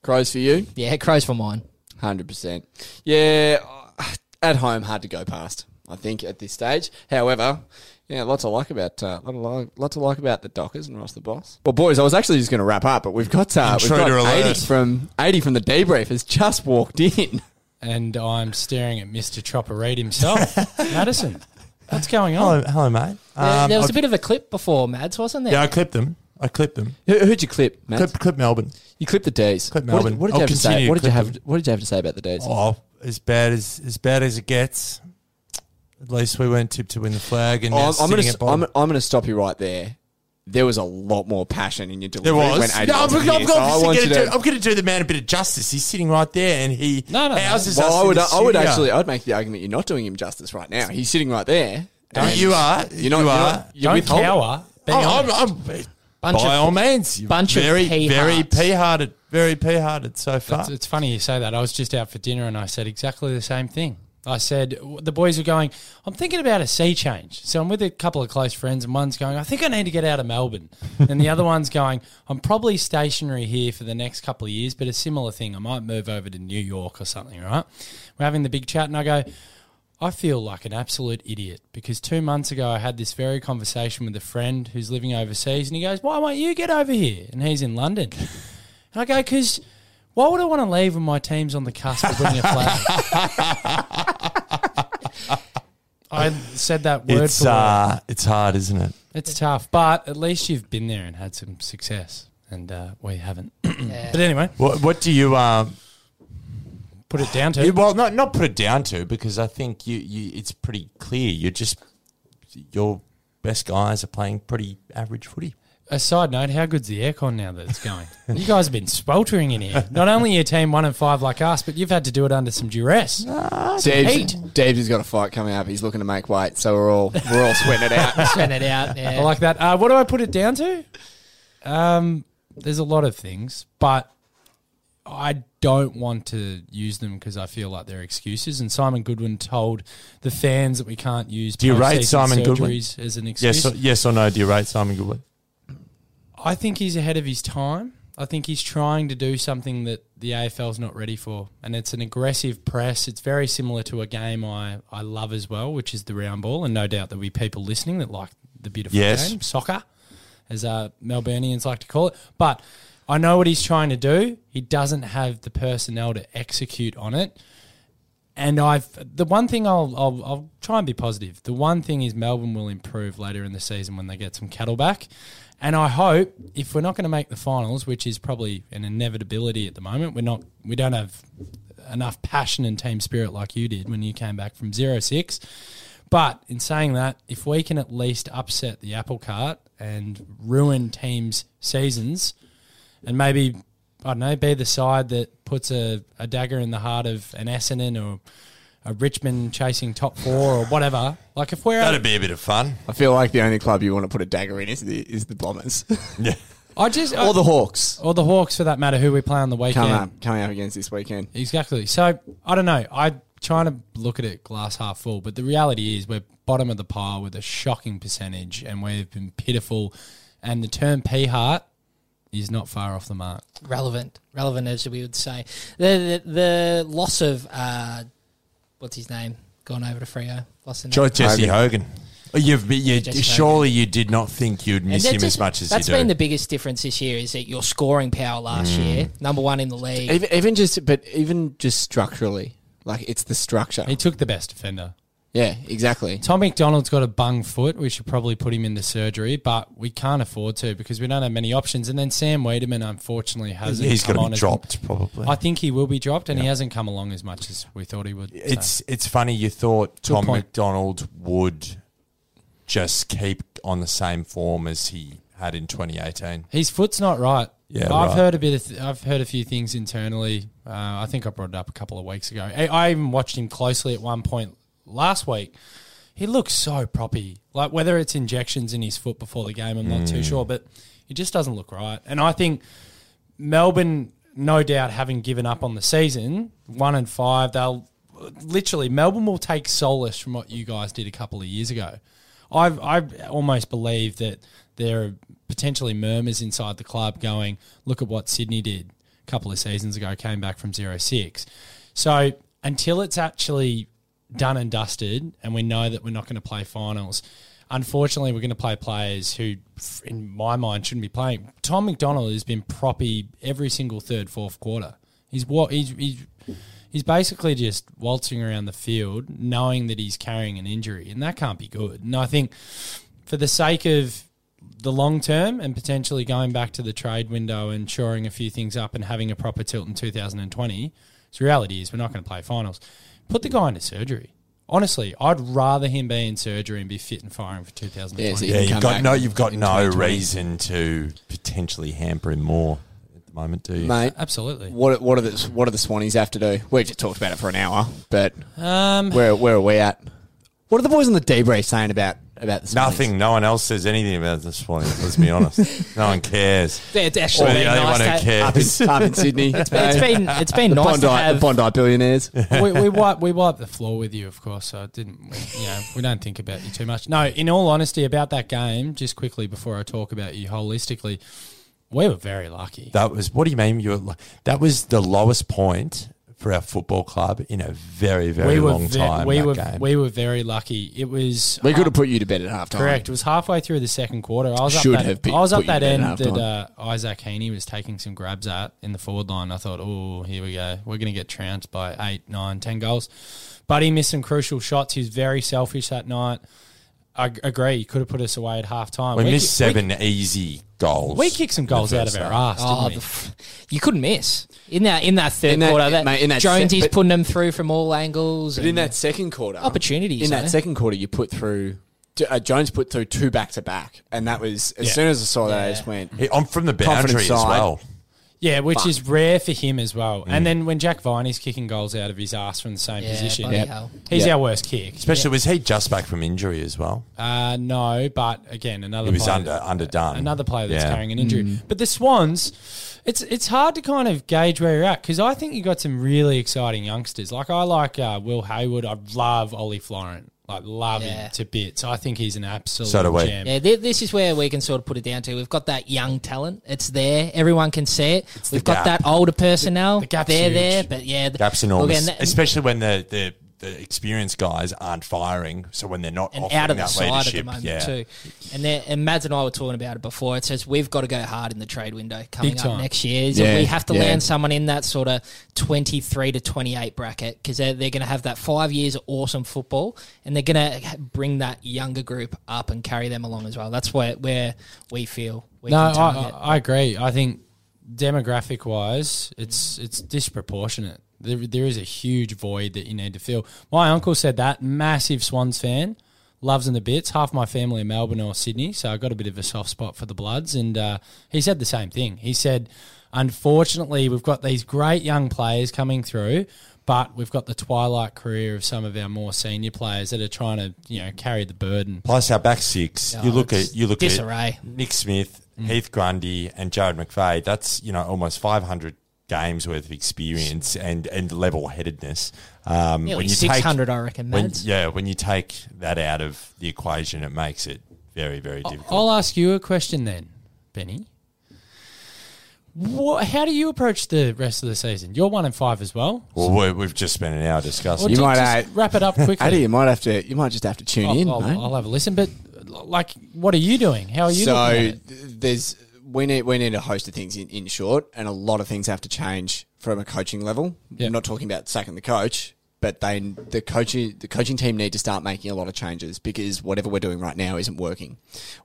A: Crows for you,
C: Yeah, crows for mine.
A: hundred percent. Yeah, uh, at home hard to go past. I think at this stage. However, yeah, lots I like about uh, lot of like, lots I like about the Dockers and Ross the boss. Well, boys, I was actually just going to wrap up, but we've got uh, we've
B: Intruder
A: got
B: alert.
A: eighty from eighty from the debrief has just walked in.
G: and I'm staring at Mr. Chopper Reed himself. Madison, what's going on?
B: Hello, hello, mate.
C: There-
B: Um,
C: there was
B: I-
C: a bit of a clip before Mads, wasn't there?
B: yeah, I clipped them. I clipped them.
A: Who, who'd you clip, Matt?
B: Clip, clip Melbourne.
A: You clipped the D's.
B: Clip
A: what did,
B: Melbourne.
A: what did
B: I'll
A: you have to say?
B: continue
A: What did
B: to
A: you
B: clip
A: have? What did you have to say about the D's?
B: Oh, as bad as as bad as it gets. At least we weren't tipped to win the flag, and now
A: Oh, I'm, I'm
B: sitting
A: gonna
B: at
A: s-
B: bottom.
A: I'm, I'm gonna stop you right there. There was a lot more passion in your delivery. When
B: No,
A: 80
B: I'm,
A: was
B: I'm,
A: here, so I want
B: going to
A: you
B: do, I'm gonna do the man a bit of justice. He's sitting right there, and he
G: No, no, no.
B: houses us.
A: Well, I
B: in
A: would,
B: the
A: I would
B: studio.
A: actually, I'd make the argument you're not doing him justice right now. He's sitting right there.
B: Don't
A: And
B: you are.
A: You're not.
B: You
A: You
B: are.
A: are. You're
G: Don't
A: withholding-
G: cower. Be
B: Oh,
G: honest.
B: I'm, I'm,
C: Bunch
B: by
C: of-
B: all means, you're
C: bunch of
B: very,
C: pea
B: very
C: hearts.
B: pea-hearted, very pea-hearted so far.
G: It's, it's funny you say that. I was just out for dinner and I said exactly the same thing. I said, the boys were going, I'm thinking about a sea change. So I'm with a couple of close friends, and one's going, I think I need to get out of Melbourne. and the other one's going, I'm probably stationary here for the next couple of years, but a similar thing. I might move over to New York or something, right? We're having the big chat, and I go, I feel like an absolute idiot because two months ago I had this very conversation with a friend who's living overseas, and he goes, Why won't you get over here? And he's in London. And I go, because why would I want to leave when my team's on the cusp of winning a flag? I said that word
B: It's
G: for word.
B: uh, it's hard, isn't it?
G: It's tough, but at least you've been there and had some success, and uh, we haven't. But anyway,
B: What, what do you? Um,
G: put it down to
B: you- well, not not put it down to because I think you, you it's pretty clear. You're just your best guys are playing pretty average footy.
G: a side note. How good's the aircon now that it's going? you guys have been sweltering in here. Not only your team one and five like us, but you've had to do it under some duress.
A: Dave's, Dave's has got a fight coming up. He's looking to make weight, so we're all we're all sweating it out.
C: Spread it out. Yeah.
G: I like that. Uh, what do I put it down to? Um, there's a lot of things, but I don't want to use them because I feel like they're excuses. And Simon Goodwin told the fans that we can't use.
B: Do you rate
G: postseason
B: Simon Goodwin?
G: surgeries as an excuse?
B: Yes, or, yes or no? Do you rate Simon Goodwin?
G: I think he's ahead of his time. I think he's trying to do something that the AFL's not ready for. And it's an aggressive press. It's very similar to a game I, I love as well, which is the round ball. And no doubt there'll be people listening that like the beautiful
B: Yes.
G: game, soccer, as uh, Melburnians like to call it. But I know what he's trying to do. He doesn't have the personnel to execute on it. And I've the one thing I'll, I'll I'll try and be positive. The one thing is Melbourne will improve later in the season when they get some cattle back, and I hope if we're not going to make the finals, which is probably an inevitability at the moment, we're not we don't have enough passion and team spirit like you did when you came back from zero six. But in saying that, if we can at least upset the apple cart and ruin teams' seasons, and maybe I don't know, be the side that puts a, a dagger in the heart of an Essendon or a Richmond chasing top four or whatever. Like if we're,
B: That'd be a bit of fun.
A: I feel like the only club you want to put a dagger in is the is the Bombers
B: Yeah.
G: I just
A: or the Hawks
G: or the Hawks for that matter, who we play on the weekend.
A: coming up coming up against this weekend.
G: Exactly. So I don't know. I trying to look at it glass half full, but the reality is we're bottom of the pile with a shocking percentage, and we've been pitiful. And the term P heart is not far off the mark.
C: relevant, relevant as we would say. The the, the loss of uh, what's his name gone over to Frio. Lost the name.
B: Jo- Jesse Hogan. Oh, You've been, you,
C: Jesse
B: surely you did not think you'd
C: And
B: miss
C: that
B: him
C: just-
B: as much as
C: that's
B: you do. Mm.
C: been the biggest difference this year is that your scoring power last year, number one in the league.
A: Even, even just but even just structurally, like it's the structure.
G: He took the best defender.
A: Yeah, exactly.
G: Tom McDonald's got a bung foot. We should probably put him into surgery, but we can't afford to because we don't have many options. And then Sam Wiedemann, unfortunately, hasn't.
B: He's
G: come
B: going to
G: on
B: be
G: as-
B: dropped, probably.
G: I think he will be dropped, and he hasn't come along as much as we thought he would. so.
B: It's it's funny you thought Tom
G: point.
B: McDonald would just keep on the same form as he had in 2018.
G: His foot's not right.
B: Yeah,
G: I've
B: right.
G: heard a bit. Of th- I've heard a few things internally. Uh, I think I brought it up a couple of weeks ago. I, I even watched him closely at one point last week. He looks so proppy. Like whether it's injections in his foot before the game, I'm not
B: Mm.
G: too sure, but he just doesn't look right. And I think Melbourne, no doubt, having given up on the season, one and five, they'll literally Melbourne will take solace from what you guys did a couple of years ago. I I almost believe that there are potentially murmurs inside the club going, look at what Sydney did a couple of seasons ago, came back from zero six. So until it's actually done and dusted, and we know that we're not going to play finals. Unfortunately, we're going to play players who, f- in my mind, shouldn't be playing. Tom McDonald has been proppy every single third, fourth quarter. He's what he's, he's he's basically just waltzing around the field, knowing that he's carrying an injury, and that can't be good. And I think for the sake of the long term and potentially going back to the trade window and shoring a few things up and having a proper tilt in 2020, the reality is we're not going to play finals. Put the guy into surgery. Honestly, I'd rather him be in surgery and be fit and firing for 2020.
A: Yeah, so He
B: Yeah,
A: can
B: you've
A: come
B: got
A: back
B: no, you've got
A: in
B: no
A: 2020.
B: reason to potentially hamper him more at the moment, do you?
A: Mate,
G: Absolutely.
A: what what are the what do the Swannies have to do? We've just talked about it for an hour, but
G: Um,
A: where where are we at? What are the boys on the debrief saying about about the Swannies?
B: Nothing. No one else says anything about this one. Let's be honest. No one cares.
C: it's actually
B: We're
C: been
B: the only
C: nice
B: one
C: to
B: who
C: have-
A: up in,
B: cares.
A: up in Sydney.
C: it's been it's been nice
A: Bondi,
C: to
A: the
C: have
A: Bondi billionaires.
G: we, we wipe we wipe the floor with you, of course. So it didn't we, you know we don't think about you too much. No, in all honesty, about that game, just quickly before I talk about you holistically, we were very lucky.
B: That was what do you mean? You were, li- that was the lowest point for our football club in a very very
G: we were
B: long
G: ve-
B: time.
G: we
B: that
G: were
B: game.
G: we were very lucky. It was
A: We could have put you to bed at halftime.
G: Correct. It was halfway through the second quarter. I was
A: Should
G: up that,
A: have been-
G: I was
A: put
G: up
A: you
G: that
A: down
G: end
A: half
G: that uh, Isaac Heaney was taking some grabs at in the forward line. I thought, oh, here we go. We're going to get trounced by eight, nine, ten goals. But he missed some crucial shots. He was very selfish that night. I g- agree. He could have put us away at half time.
B: we missed seven easy goals.
G: We, kicked some goals out of our ass,
C: Oh, the
G: didn't we?
C: f- you couldn't miss in that in that third
A: In that-
C: quarter. That,
A: mate, in that
C: Jonesy's
A: se- but-
C: putting them through from all angles.
A: But in
C: and-
A: that second quarter,
C: Opportunities,
A: In
C: eh?
A: that second quarter, you put through. Uh, Jones put through two back to back, and that was as soon as I saw that, I just went.
B: He- I'm from the
A: Confident
B: boundary as
A: side.
B: well.
G: Yeah, which is rare for him as well. And then when Jack Viney's kicking goals out of his ass from the same
C: Yeah,
G: position,
C: bloody Yep. hell.
G: he's
A: Yep.
G: our worst kick.
B: Especially was he just back from injury as well?
G: Uh, no, but again, another
B: He was
G: player-
B: under underdone.
G: another player that's
B: Yeah. Mm.
G: carrying an injury. But the Swans, it's it's hard to kind of gauge where you're at because I think you got some really exciting youngsters. Like I like uh, Will Haywood. I love Ollie Florent. Like love
C: Yeah.
G: him to bits. I think he's an absolute
B: So do we.
G: gem.
C: Yeah, thi- this is where we can sort of put it down to. We've got that young talent; it's there. Everyone can see it. We've
B: the
C: got
B: gap.
C: that older personnel.
G: The- the gap's
C: They're
G: huge.
C: there, but yeah, the,
B: Gaps enormous,
C: Look, and that-
B: especially when the, the the experienced guys aren't firing. So when they're not
C: and
B: offering
C: out of the
B: that
C: side at
B: leadership,
C: the moment
B: yeah.
C: too. And there, and Mads and I were talking about it before. It says we've got to go hard in the trade window coming
G: Big
C: up
G: time.
C: next year.
A: Yeah,
C: So we have to
A: yeah.
C: land someone in that sort of twenty three to twenty eight bracket because they're, they're going to have that five years of awesome football, and they're going to bring that younger group up and carry them along as well. That's where where we feel. We
G: No,
C: can target.
G: I, I agree. I think demographic wise, it's it's disproportionate. There, there is a huge void that you need to fill. My uncle said that massive Swans fan, loves them to bits. Half my family are Melbourne or Sydney, so I got a bit of a soft spot for the Bloods. And uh, he said the same thing. He said, unfortunately, we've got these great young players coming through, But we've got the twilight career of some of our more senior players that are trying to, you know, carry the burden.
B: Plus our back six,
G: Yeah,
B: you look
G: it's Mm.
B: at you look
C: disarray.
B: at Nick Smith, Heath Grundy, and Jared McVeigh. That's you know almost five hundred games worth of experience and and level headedness. Um,
C: Nearly
B: when you take-
C: 600, I reckon,
B: When,
C: Mads.
B: yeah, when you take that out of the equation, it makes it very very difficult.
G: I'll ask you a question then, Benny. What, how do you approach the rest of the season? You're one and five as well.
B: well, we we've just spent an hour
G: Or
B: discussing.
A: You
G: ju-
A: might
G: just
A: add-
G: wrap it up quickly.
A: Addy, you might have to. You might just have to tune
C: Oh,
A: in.
G: I'll,
A: mate.
G: I'll, I'll have a listen. But like, what are you doing? How are you?
A: so
G: looking at it?
A: th- there's we need we need a host of things in, in short, and a lot of things have to change from a coaching level.
G: Yeah.
A: I'm not talking about sacking the coach, but they the coaching the coaching team need to start making a lot of changes because whatever we're doing right now isn't working.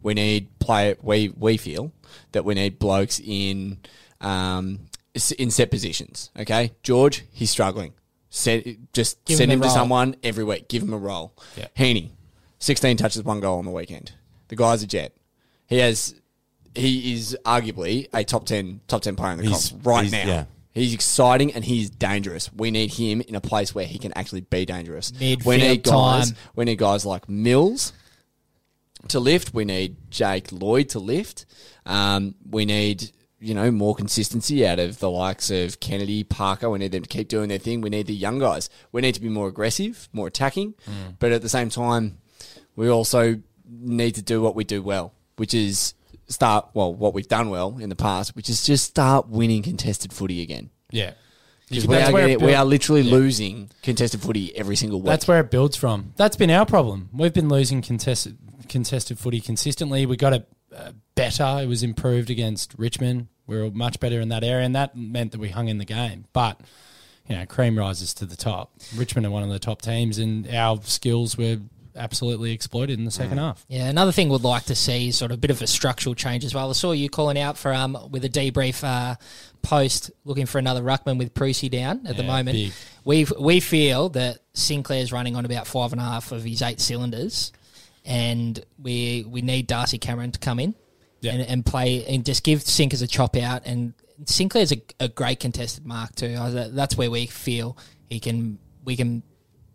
A: We need play we we feel that we need blokes in um s- in set positions. Okay, George, he's struggling. Send, just
G: Give
A: send
G: him
A: him,
G: the
A: to
G: role.
A: someone every week. Give him a role.
G: Yeah.
A: Heaney, 16 touches, one goal on the weekend. The guy's a jet. He has, he is arguably a top 10, top 10 player in the
B: He's-
A: comp right
B: he's-
A: now.
B: yeah.
A: He's exciting and he's dangerous. We need him in a place where he can actually be dangerous. we
C: Midfield
A: need guys.
C: time.
A: We need guys like Mills to lift. We need Jake Lloyd to lift. Um, we need you know more consistency out of the likes of Kennedy, Parker. We need them to keep doing their thing. We need the young guys. We need to be more aggressive, more attacking,
G: Mm.
A: but at the same time, we also need to do what we do well, which is start well what we've done well in the past, which is just start winning contested footy again.
G: yeah,
A: Because we,
G: That's
A: are
G: where it
A: getting- we
G: built-
A: are literally losing contested footy every single week.
G: That's where it builds from. That's been our problem. We've been losing contested contested footy consistently. We got a, uh better. It was improved against Richmond. We were much better in that area, and that meant that we hung in the game. But you know, cream rises to the top. Richmond are one of the top teams, and our skills were absolutely exploited in the
C: Mm.
G: second half.
C: Yeah, another thing we'd like to see is sort of a bit of a structural change as well. I saw you calling out for um with a debrief uh, post looking for another ruckman with Prusy down at the
G: Yeah,
C: moment.
G: big.
C: We we feel that Sinclair's running on about five and a half of his eight cylinders, and we we need Darcy Cameron to come in
G: Yeah.
C: and, and play and just give Sinkers a chop out. And Sinclair's a, a great contested mark too. I- that- That's where we feel he can we can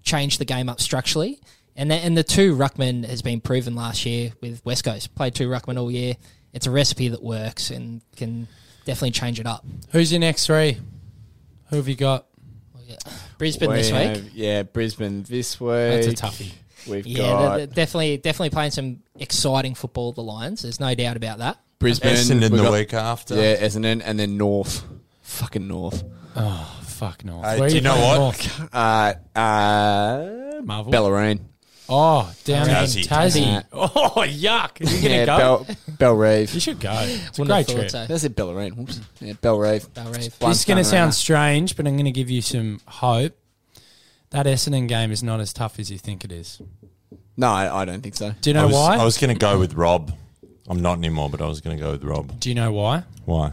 C: change the game up structurally. And the, and the two ruckman has been proven last year with West Coast. Played two ruckman all year. It's a recipe that works and can definitely change it up.
G: Who's your next three? Who have you got?
C: Brisbane
A: We
C: this week.
A: have- yeah, Brisbane this week.
G: That's a toughie.
A: We've
C: Yeah,
A: got
C: they're- they're definitely definitely playing some exciting football. The Lions, there's no doubt about that.
A: Brisbane
B: Essendon
A: we've
B: the
A: got-
B: week after.
A: Yeah, Essendon, and then North. Fucking North.
G: Fuck North.
B: Hey,
G: Where are
B: do you know
G: playing
B: what?
G: North?
A: Uh, uh,
G: Marvel.
A: Bellarine.
G: Oh, down
B: Tassie.
G: in Tassie.
A: Yeah.
G: Oh, yuck. Are you going to
A: Yeah, Bel,
G: go?
A: Belrave.
G: you should go. It's a
C: Wouldn't have
G: great
C: thought
G: trip.
C: so.
A: That's it, Bellarine. Whoops. Yeah, Belrave.
C: Belrave.
A: One
G: This is going
A: stunner
G: to sound
A: runner.
G: strange, but I'm going to give you some hope. That Essendon game is not as tough as you think it is.
A: No, I, I don't think so.
G: Do you
B: I
G: know
B: was,
G: why?
B: I was going to go with Rob. I'm not anymore, but I was going to go with Rob.
G: Do you know why?
B: Why?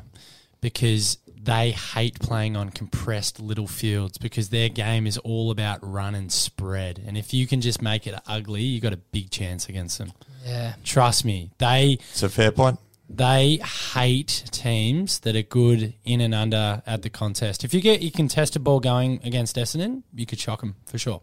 G: Because they hate playing on compressed little fields because their game is all about run and spread. And if you can just make it ugly, you got a big chance against them.
C: Yeah,
G: Trust me. They
B: It's a fair point.
G: they hate teams that are good in and under at the contest. If you get your contested ball going against Essendon, you could shock them for sure.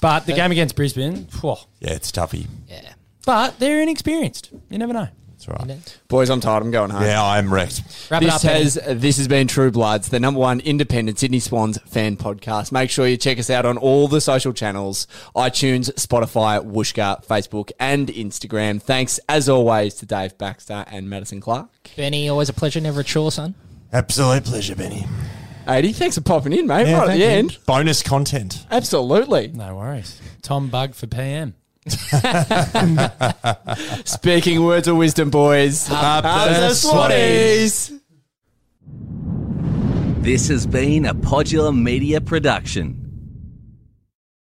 G: But the game against Brisbane, phew,
B: Yeah, it's toughy.
C: yeah.
G: but they're inexperienced. You never know.
B: That's right.
A: Boys, I'm tired. I'm going home.
B: Yeah, I'm wrecked.
C: Wrap it up.
A: This
C: Benny.
A: has this has been True Bloods, the number one independent Sydney Swans fan podcast. Make sure you check us out on all the social channels: iTunes, Spotify, Wooshka, Facebook, and Instagram. Thanks as always to Dave Baxter and Madison Clark.
C: Benny, always a pleasure, never a chore, son.
B: Absolute pleasure, Benny.
A: Adi, thanks for popping in, mate. right at
B: thank
A: the
B: you.
A: end,
B: Bonus content.
A: absolutely.
G: No worries. Tom Bug for PM.
A: Speaking words of wisdom, boys.
B: Up
A: Up the Swannies.
D: This has been a Podular Media production.